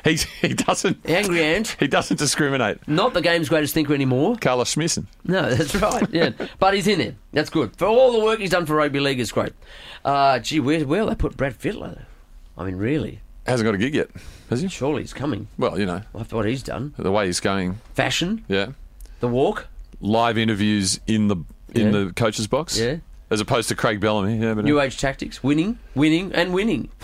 Speaker 5: he, he doesn't.
Speaker 4: Angry Ant.
Speaker 5: He doesn't discriminate.
Speaker 4: Not the game's greatest thinker anymore.
Speaker 5: Carlos Schmisson.
Speaker 4: No, that's right. Yeah, but he's in there. That's good for all the work he's done for rugby league. Is great. Uh, gee, where where will they put Brad Fittler? I mean, really?
Speaker 5: Hasn't got a gig yet, has he?
Speaker 4: Surely he's coming
Speaker 5: Well, you know,
Speaker 4: after what he's done.
Speaker 5: the way he's going.
Speaker 4: Fashion,
Speaker 5: Yeah.
Speaker 4: the walk.
Speaker 5: Live interviews in the in
Speaker 4: Yeah.
Speaker 5: the coach's box.
Speaker 4: Yeah.
Speaker 5: As opposed to Craig Bellamy. Yeah, but uh,
Speaker 4: New Age tactics, winning, winning, and winning.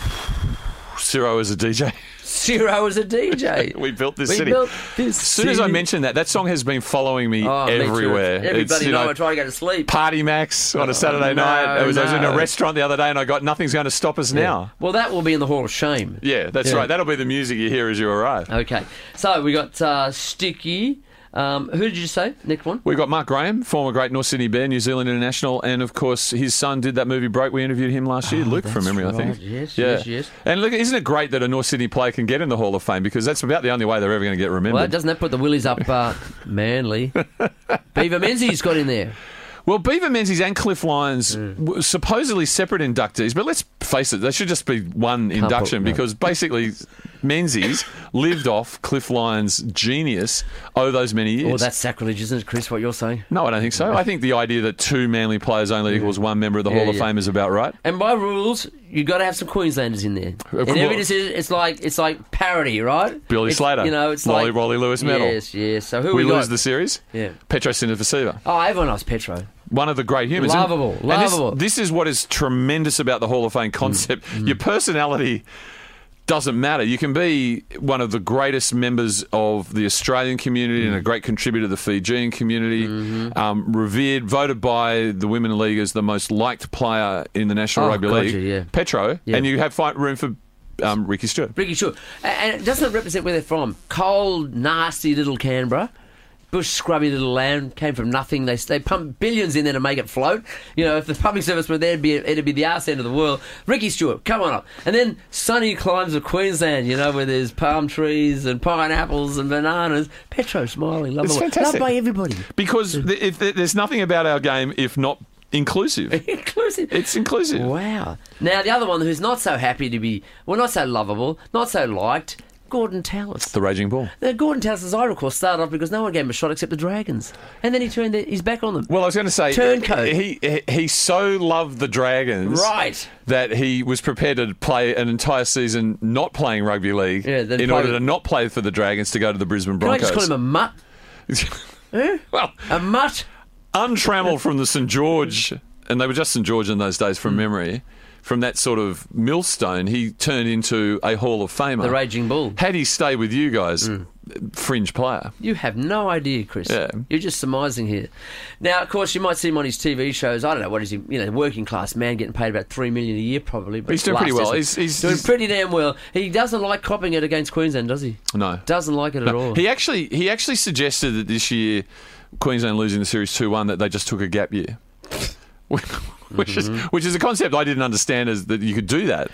Speaker 5: Ciro as a DJ.
Speaker 4: Ciro is a DJ.
Speaker 5: We built this
Speaker 4: We
Speaker 5: city.
Speaker 4: built this
Speaker 5: as soon as I
Speaker 4: city.
Speaker 5: mentioned that, that song has been following me
Speaker 4: Oh, me too.
Speaker 5: everywhere.
Speaker 4: Everybody
Speaker 5: you
Speaker 4: know I try to go to sleep.
Speaker 5: Party Max on a Saturday
Speaker 4: no,
Speaker 5: night. I was, I was in
Speaker 4: no.
Speaker 5: a restaurant the other day and I got Nothing's Going to Stop Us Now.
Speaker 4: Well, that will be in the Hall of Shame.
Speaker 5: Yeah, that's
Speaker 4: Yeah. Uh,
Speaker 5: right. That'll be the music you hear as you arrive.
Speaker 4: Okay. So we got uh, Sticky. Um, who did you say? Next one.
Speaker 5: We've got Mark Graham, former great North Sydney Bear, New Zealand international, and of course his son did that movie Broke. We interviewed him last year, Luke from
Speaker 4: Oh, that's
Speaker 5: memory, I think.
Speaker 4: right. Yes,
Speaker 5: Yeah.
Speaker 4: yes, yes.
Speaker 5: And look, isn't it great that a North Sydney player can get in the Hall of Fame because that's about the only way they're ever going to get remembered.
Speaker 4: Well, doesn't that put the Willies up uh, manly? Beaver Menzies got in there.
Speaker 5: Well, Beaver Menzies and Cliff Lyons
Speaker 4: Mm.
Speaker 5: were supposedly separate inductees, but let's face it, they should just be one induction
Speaker 4: no.
Speaker 5: because basically Menzies lived off Cliff Lyons' genius over those many years.
Speaker 4: Oh, that's sacrilege, isn't it, Chris, what you're saying?
Speaker 5: no, I don't think so. I think the idea that two manly players only equals one member of the
Speaker 4: Yeah,
Speaker 5: Hall of
Speaker 4: yeah.
Speaker 5: Fame is about right.
Speaker 4: And by rules, you got to have some Queenslanders in there. And
Speaker 5: Of
Speaker 4: every
Speaker 5: course.
Speaker 4: decision, it's like it's like parody, right?
Speaker 5: Billy
Speaker 4: It's-
Speaker 5: Slater.
Speaker 4: You know, it's
Speaker 5: Lolly
Speaker 4: like
Speaker 5: Rolly Lewis medal.
Speaker 4: Yes, yes. So who we,
Speaker 5: we lose
Speaker 4: got?
Speaker 5: the series.
Speaker 4: Yeah.
Speaker 5: Petro Sinivasiva,
Speaker 4: Oh, everyone loves Petro.
Speaker 5: one of the great humans.
Speaker 4: Lovable,
Speaker 5: and this-
Speaker 4: lovable. Mm,
Speaker 5: This, is what is tremendous about the Hall of Fame concept. Your personality doesn't matter. You can be one of the greatest members of the Australian community
Speaker 4: Mm.
Speaker 5: and a great contributor to the Fijian community,
Speaker 4: Mm-hmm.
Speaker 5: um, revered, voted by the Women League as the most liked player in the National
Speaker 4: Oh,
Speaker 5: Rugby
Speaker 4: gotcha,
Speaker 5: League.
Speaker 4: yeah.
Speaker 5: Petro,
Speaker 4: Yeah.
Speaker 5: and you have fight room for um, Ricky Stewart.
Speaker 4: Ricky Stewart. A- And it doesn't represent where they're from. Cold, nasty little Canberra. Bush scrubby little land came from nothing. They they pump billions in there to make it float. You know, if the public service were there, it'd be it'd be the arse end of the world. Ricky Stewart, come on up, and then sunny climes of Queensland. You know, where there's palm trees and pineapples and bananas. Petro smiling, loved,
Speaker 5: It's
Speaker 4: by- loved
Speaker 5: fantastic.
Speaker 4: by everybody.
Speaker 5: Because
Speaker 4: Mm.
Speaker 5: th- if, th- there's nothing about our game if not inclusive.
Speaker 4: Inclusive.
Speaker 5: It's inclusive.
Speaker 4: Wow. Now the other one who's not so happy to be, well, not so lovable, not so liked, Gordon Tallis.
Speaker 5: The Raging Bull.
Speaker 4: The Gordon Towers, as I recall, started off because no one gave him a shot except the Dragons, and then he turned the, his back on them.
Speaker 5: Well, I was going to say
Speaker 4: Turncoat.
Speaker 5: He, he he so loved the Dragons,
Speaker 4: Right.
Speaker 5: that he was prepared to play an entire season not playing rugby league
Speaker 4: Yeah,
Speaker 5: in
Speaker 4: then play-
Speaker 5: order to not play for the Dragons to go to the Brisbane
Speaker 4: Can I
Speaker 5: Broncos.
Speaker 4: just call him a mutt?
Speaker 5: well,
Speaker 4: A mutt.
Speaker 5: untrammeled from the St George, and they were just St George in those days
Speaker 4: Hmm.
Speaker 5: from memory. From that sort of millstone, he turned into a Hall of Famer.
Speaker 4: The Raging Bull. Hmm.
Speaker 5: Had he stayed with you guys, fringe player.
Speaker 4: You have no idea, Chris.
Speaker 5: Yeah.
Speaker 4: You're just surmising here. Now, of course, you might see him on his TV shows. I don't know what is he, you know, working class man getting paid about three million a year, probably. But
Speaker 5: He's doing
Speaker 4: last
Speaker 5: pretty well.
Speaker 4: season-
Speaker 5: He's- he's-
Speaker 4: doing
Speaker 5: he's-
Speaker 4: pretty damn well. He doesn't like copping it against Queensland, does he?
Speaker 5: No.
Speaker 4: doesn't like it at
Speaker 5: No,
Speaker 4: all.
Speaker 5: He actually he actually suggested that this year Queensland losing the series two one that they just took a gap year, which is
Speaker 4: Mm-hmm.
Speaker 5: which is a concept I didn't understand as that you could do that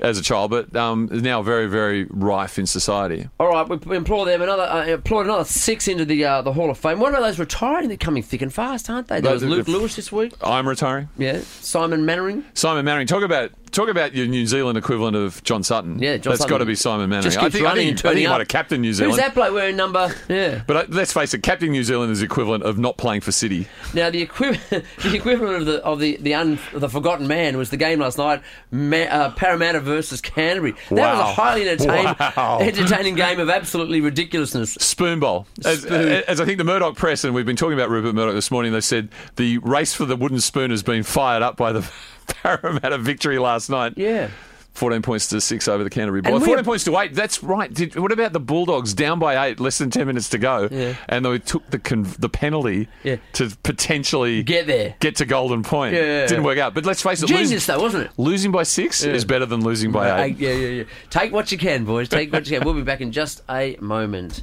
Speaker 5: as a child, but um, is now very very rife in society.
Speaker 4: All right, we we implore them another uh, implore another six into the uh, the Hall of Fame. What about those retiring? They're coming thick and fast, aren't they? There
Speaker 5: No,
Speaker 4: was
Speaker 5: the-
Speaker 4: Luke
Speaker 5: the-
Speaker 4: Lewis this week.
Speaker 5: I'm retiring.
Speaker 4: Yeah, Simon Mannering.
Speaker 5: Simon Mannering, talk about talk about your New Zealand equivalent of John Sutton.
Speaker 4: Yeah, John
Speaker 5: that's
Speaker 4: Sutton
Speaker 5: got to be Simon Mannering.
Speaker 4: Just
Speaker 5: I
Speaker 4: keeps
Speaker 5: think, I
Speaker 4: running
Speaker 5: think,
Speaker 4: and
Speaker 5: I think
Speaker 4: turning
Speaker 5: he
Speaker 4: up.
Speaker 5: might have captained New Zealand.
Speaker 4: Who's that bloke wearing number? Yeah.
Speaker 5: But uh, let's face it, captain New Zealand is the equivalent of not playing for City.
Speaker 4: Now the equivalent, the equivalent of the of the the, un, the forgotten man was the game last night, Ma- uh, Parramatta versus Canterbury. That was a
Speaker 5: Wow.
Speaker 4: highly entertaining,
Speaker 5: Wow.
Speaker 4: entertaining game of absolutely ridiculousness.
Speaker 5: Spoon bowl. As, as I think the Murdoch press, and we've been talking about Rupert Murdoch this morning, they said the race for the wooden spoon has been fired up by the Parramatta victory last night.
Speaker 4: Yeah.
Speaker 5: 14 points to 6 over the Canterbury Bulldogs.
Speaker 4: we-
Speaker 5: 14 points to 8, that's right. Did, what about the Bulldogs down by 8, less than 10 minutes to go?
Speaker 4: Yeah.
Speaker 5: And they took the con- the penalty
Speaker 4: Yeah.
Speaker 5: to potentially
Speaker 4: Get there.
Speaker 5: get to Golden Point.
Speaker 4: Yeah, yeah,
Speaker 5: Didn't
Speaker 4: yeah.
Speaker 5: work out. But let's face it,
Speaker 4: Genius
Speaker 5: losing,
Speaker 4: though, wasn't it?
Speaker 5: losing by 6 is better than losing by 8.
Speaker 4: Eight, Uh, yeah, yeah, yeah. Take what you can, boys. Take what you can. We'll be back in just a moment.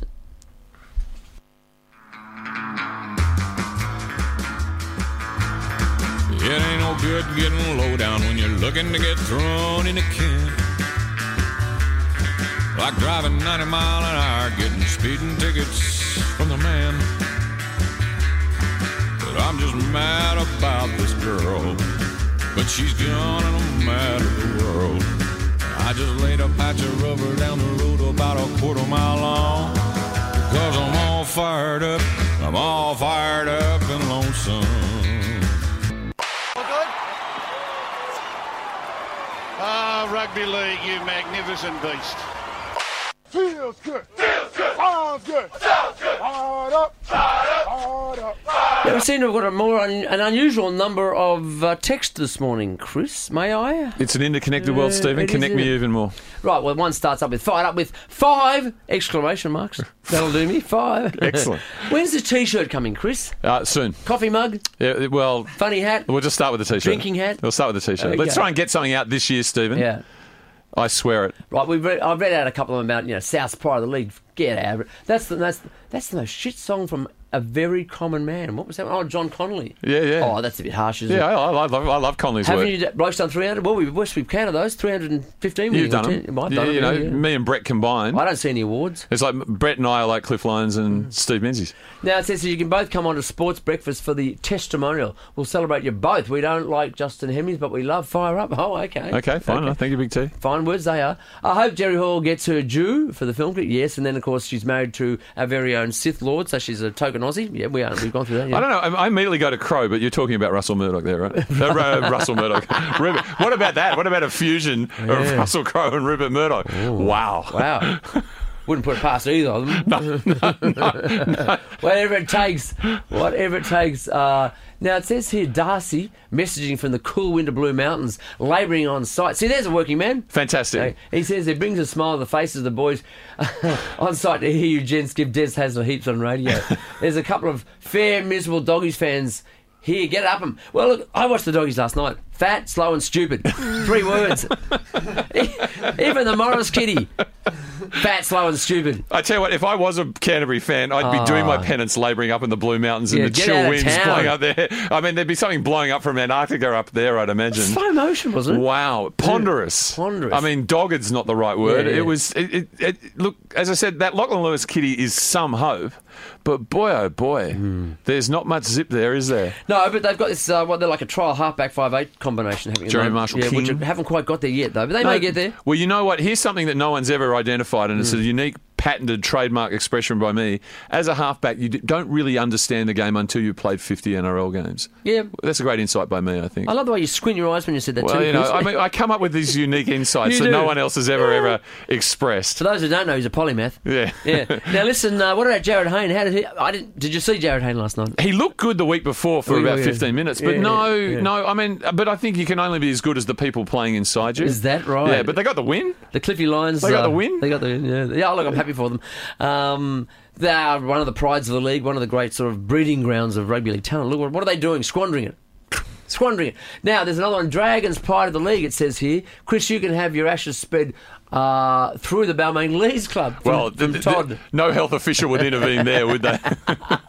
Speaker 11: It ain't no good getting low down when you're looking to get thrown in a can. Like driving 90 mile an hour, getting speeding tickets from the man. But I'm just mad about this girl. But she's gone and I'm mad at the world. I just laid a patch of rubber down the road about a quarter mile long. Cause I'm all fired up, I'm all fired up and lonesome.
Speaker 12: Ah, rugby league, you magnificent beast.
Speaker 8: Feels good. Feels good. Sounds good. Sounds good. Hard up. Hard up.
Speaker 4: Yeah, we seem to have got a more un, an unusual number of uh, texts this morning, Chris. May I?
Speaker 5: It's an interconnected world,
Speaker 4: Yeah,
Speaker 5: Stephen.
Speaker 4: it is,
Speaker 5: Connect
Speaker 4: isn't
Speaker 5: me
Speaker 4: it?
Speaker 5: even more.
Speaker 4: Right, well, one starts up with fired up with five exclamation marks. That'll do me. Five.
Speaker 5: Excellent.
Speaker 4: When's the T-shirt coming, Chris?
Speaker 5: Uh, soon.
Speaker 4: Coffee mug,
Speaker 5: Yeah, well,
Speaker 4: funny hat.
Speaker 5: We'll just start with the t-shirt.
Speaker 4: Drinking hat?
Speaker 5: We'll start with the t-shirt.
Speaker 4: Okay.
Speaker 5: Let's try and get something out this year, Stephen.
Speaker 4: Yeah.
Speaker 5: I swear it.
Speaker 4: Right, we've read, I've read out a couple of them about you know South Pride of the League. Get out. of it. That's the that's that's the most shit song from a very common man. What was that? One? Oh, John Connolly.
Speaker 5: Yeah, yeah.
Speaker 4: Oh, that's a bit harsh, isn't
Speaker 5: Yeah,
Speaker 4: it?
Speaker 5: I, I love, I love Conley's
Speaker 4: Haven't
Speaker 5: work.
Speaker 4: you d- blokes done 300? Well, we've, we've counted those 315.
Speaker 5: have done
Speaker 4: it.
Speaker 5: them.
Speaker 4: I've
Speaker 5: yeah,
Speaker 4: done
Speaker 5: you know,
Speaker 4: it. yeah, yeah.
Speaker 5: me and Brett combined.
Speaker 4: I don't Mm. see any awards.
Speaker 5: It's like Brett and I are like Cliff Lyons and Steve Menzies.
Speaker 4: Now it says that you can both come on to Sports Breakfast for the testimonial. We'll celebrate you both. We don't like Justin Hemmings, but we love Fire Up. Oh, okay.
Speaker 5: Okay, fine. I Thank you, Big T.
Speaker 4: Fine words they are. I hope Jerry Hall gets her due for the film. clip. Yes, and then of course she's married to our very own Sith Lord, so she's a token Aussie. Yeah, we are. We've gone through that. Yeah.
Speaker 5: I don't know. I, I immediately go to Crow, but you're talking about Russell Murdoch there, right? Uh, Ru- Russell Murdoch. Rupert. What about that? What about a fusion of Russell Crowe and Rupert Murdoch? Wow.
Speaker 4: Wow. Wouldn't put it past either of them. whatever it takes. Whatever it takes. Uh, now it says here Darcy messaging from the cool winter blue mountains, labouring on site. See, there's a working man.
Speaker 5: Fantastic.
Speaker 4: Hey, He says it brings a smile to the faces of the boys on site to hear you gents give Des Hasler heaps on radio. There's a couple of fair, miserable doggies fans here. Get up 'em. Well, look, I watched the doggies last night. Fat, slow, and stupid. Three words. E, Even the Morris kitty. Fat, slow, and stupid.
Speaker 5: I tell you what, if I was a Canterbury fan, I'd be doing my penance labouring up in the Blue Mountains and
Speaker 4: Ah. Yeah,
Speaker 5: the
Speaker 4: get
Speaker 5: chill
Speaker 4: out of
Speaker 5: winds
Speaker 4: town.
Speaker 5: blowing up there. I mean, there'd be something blowing up from Antarctica up there, I'd imagine.
Speaker 4: Slow motion, wasn't it?
Speaker 5: Wow, ponderous.
Speaker 4: Ponderous.
Speaker 5: I mean, dogged's not the right word.
Speaker 4: Yeah, yeah.
Speaker 5: It was. It, it, it, look, as I said, that Lachlan Lewis kitty is some hope, but boy, oh boy,
Speaker 4: Hmm.
Speaker 5: there's not much zip there, is there?
Speaker 4: No, but they've got this, uh, what, they're like a trial halfback 5'8 combination. Having
Speaker 5: Jerry Marshall
Speaker 4: yeah, Which
Speaker 5: King.
Speaker 4: haven't quite got there yet, though, but they may get there. Hmm.
Speaker 5: Well, you know what? Here's something that no one's ever identified, and it's a unique patented trademark expression by me. As a halfback, you d- don't really understand the game until you've played 50 NRL games.
Speaker 4: Yeah.
Speaker 5: That's a great insight by me, I think.
Speaker 4: I love the way you squint your eyes when you said that,
Speaker 5: well,
Speaker 4: too.
Speaker 5: you know,
Speaker 4: Chris.
Speaker 5: I mean, I come up with these unique insights
Speaker 4: You
Speaker 5: that no
Speaker 4: do.
Speaker 5: one else has ever, ever expressed.
Speaker 4: For those who don't know, he's a polymath.
Speaker 5: Yeah.
Speaker 4: Yeah. Now listen, uh, what about Jared Hayne? How did he? I didn't. Did you see Jared Hayne last night?
Speaker 5: He looked good the week before
Speaker 4: Oh,
Speaker 5: for
Speaker 4: yeah,
Speaker 5: about
Speaker 4: yeah.
Speaker 5: 15 minutes, but
Speaker 4: Yeah,
Speaker 5: no,
Speaker 4: yeah.
Speaker 5: no, I mean, but I think you can only be as good as the people playing inside you.
Speaker 4: Is that right?
Speaker 5: Yeah, but they got the win.
Speaker 4: The Cliffy Lions.
Speaker 5: They got
Speaker 4: uh,
Speaker 5: the win?
Speaker 4: They got the win. Yeah. Yeah. Look, I'm happy happy for them. Um, they are one of the prides of the league, one of the great sort of breeding grounds of rugby league talent. Look, what- what are they doing? Squandering it. Squandering it. Now, there's another one. Dragons Pride of the League, it says here. Chris, you can have your ashes sped uh, through the Balmain Lees Club. From,
Speaker 5: Well,
Speaker 4: from
Speaker 5: th- th-
Speaker 4: Todd.
Speaker 5: no health official would intervene there, would they?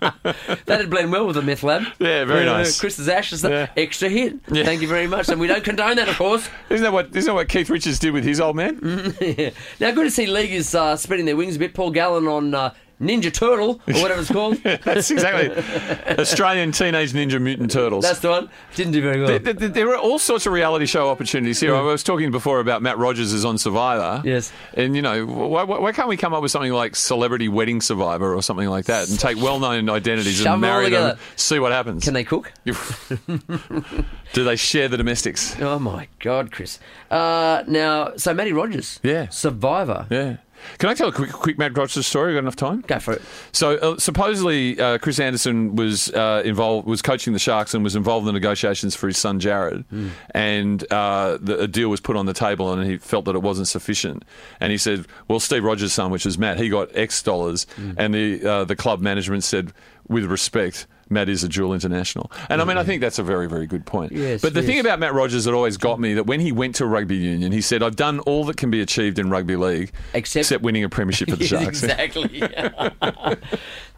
Speaker 4: That'd blend well with the meth lab.
Speaker 5: Yeah, very nice.
Speaker 4: Chris's ashes, extra hit. Thank you very much. And we don't condone that, of course.
Speaker 5: Isn't that what, isn't that what Keith Richards did with his old man?
Speaker 4: yeah. Now, good to see leaguers uh, spreading their wings a bit. Paul Gallen on uh, Ninja Turtle, or whatever it's called.
Speaker 5: That's exactly Australian Teenage Ninja Mutant Turtles.
Speaker 4: That's the one. Didn't do very well.
Speaker 5: There, there- there are all sorts of reality show opportunities
Speaker 4: Mm.
Speaker 5: here. I was talking before about Matt Rogers is on Survivor. Yes. And, you know, why, why why can't we come up with something like Celebrity Wedding Survivor or something like that and take well known identities
Speaker 4: Shove 'em
Speaker 5: and
Speaker 4: all
Speaker 5: marry
Speaker 4: together.
Speaker 5: them, see what happens? Can
Speaker 4: they cook?
Speaker 5: Do they share the domestics?
Speaker 4: Oh, my God, Chris. Uh, now, so Matty Rogers.
Speaker 5: Yeah.
Speaker 4: Survivor.
Speaker 5: Yeah. Can I tell a quick, quick Matt Rogers story? Got enough time?
Speaker 4: Go for it.
Speaker 5: So uh, supposedly uh, Chris Anderson was uh, involved, was coaching the Sharks, and was involved in the negotiations for his son Jared, and uh, the, a deal was put on the table, and he felt that it wasn't sufficient, and he said, "Well, Steve Rogers' son, which is Matt, he got X dollars," and the uh, the club management said, "With respect." Matt is a dual international. And I mean, I think that's a very, very good point.
Speaker 13: Yes,
Speaker 5: but the thing
Speaker 13: yes.
Speaker 5: about Matt Rogers that always got me that when he went to rugby union, he said, I've done all that can be achieved in rugby league except, winning a premiership for the
Speaker 4: Yes,
Speaker 5: Sharks.
Speaker 4: exactly.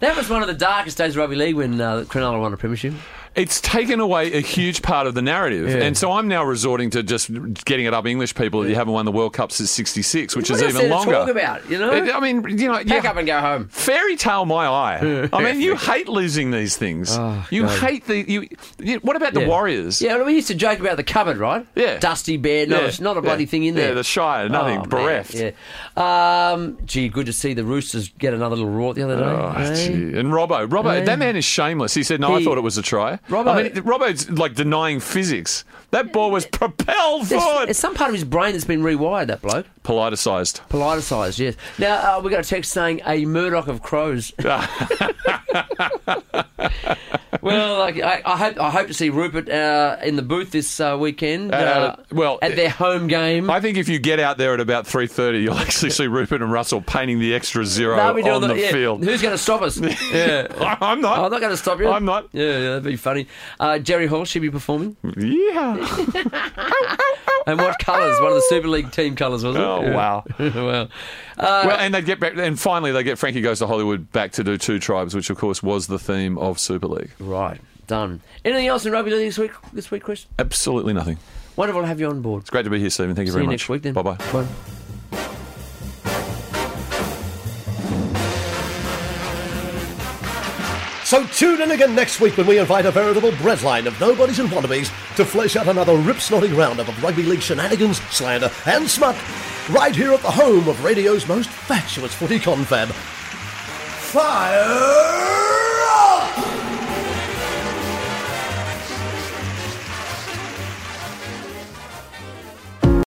Speaker 4: that was one of the darkest days of rugby league when uh, Cronulla won a premiership.
Speaker 5: It's taken away a huge part of the narrative.
Speaker 4: Yeah.
Speaker 5: And so I'm now resorting to just getting it up English people that you haven't won the World Cup since 66, which
Speaker 4: What
Speaker 5: is
Speaker 4: else
Speaker 5: even
Speaker 4: there to
Speaker 5: longer. um,
Speaker 4: talk about, you know?
Speaker 5: I mean, you know,
Speaker 4: Pack up and go home.
Speaker 5: Fairy tale, my eye. I mean, you hate losing these things. you
Speaker 4: Oh, God.
Speaker 5: hate the. You, you- what about the
Speaker 4: Yeah.
Speaker 5: Warriors?
Speaker 4: Yeah, well, we used to joke about the cupboard, right?
Speaker 5: Yeah.
Speaker 4: Dusty bed, not,
Speaker 5: Yeah,
Speaker 4: a, not a
Speaker 5: yeah.
Speaker 4: bloody thing in there. Oh,
Speaker 5: Yeah, the Shire, nothing,
Speaker 4: man,
Speaker 5: bereft.
Speaker 4: yeah. Um, gee, good to see the Roosters get another little rort the other day.
Speaker 5: Oh,
Speaker 4: eh?
Speaker 5: gee. And Robbo, Robbo,
Speaker 4: Yeah.
Speaker 5: that man is shameless. He said, "No, I
Speaker 4: He-
Speaker 5: thought it was a try."
Speaker 4: Robbo-
Speaker 5: I mean, Robbo's like denying physics. That ball was propelled
Speaker 4: There's,
Speaker 5: forward,
Speaker 4: there's some part of his brain that's been rewired, that bloke.
Speaker 5: politicized.
Speaker 4: Politicized, yes. Now, uh, we got a text saying a Murdoch of crows. well, like, I, I, hope, I hope to see Rupert uh, in the booth this uh, weekend.
Speaker 5: Uh, well,
Speaker 4: at their home game.
Speaker 5: I think if you get out there at about three thirty, you'll actually see Rupert and Russell painting the extra zero
Speaker 4: They'll be doing
Speaker 5: on the,
Speaker 4: yeah,
Speaker 5: field.
Speaker 4: Who's going to stop us? yeah,
Speaker 5: I'm not.
Speaker 4: Oh, I'm not going to stop you.
Speaker 5: I'm not.
Speaker 4: Yeah, yeah, that'd be funny. Uh, Jerry Hall should be performing.
Speaker 5: Yeah.
Speaker 4: and what colours? One of the Super League team colours, was it?
Speaker 5: Oh,
Speaker 4: Yeah. uh,
Speaker 5: wow.
Speaker 4: wow.
Speaker 5: well, and they get back, and finally they get Frankie goes to Hollywood back to do two tribes, which of course was the theme of Super League.
Speaker 4: Right, done. Anything else in rugby league this week? This week, Chris.
Speaker 5: Absolutely nothing.
Speaker 4: Wonderful to have you on board.
Speaker 5: It's great to be here, Stephen. Thank you
Speaker 4: See
Speaker 5: very
Speaker 4: you
Speaker 5: much.
Speaker 4: next week then.
Speaker 5: Bye bye.
Speaker 4: Bye.
Speaker 1: So tune in again next week when we invite a veritable breadline of nobodies and wannabes to flesh out another rip-snorting roundup of rugby league shenanigans, slander and smut right here at the home of radio's most fatuous footy confab. Fire!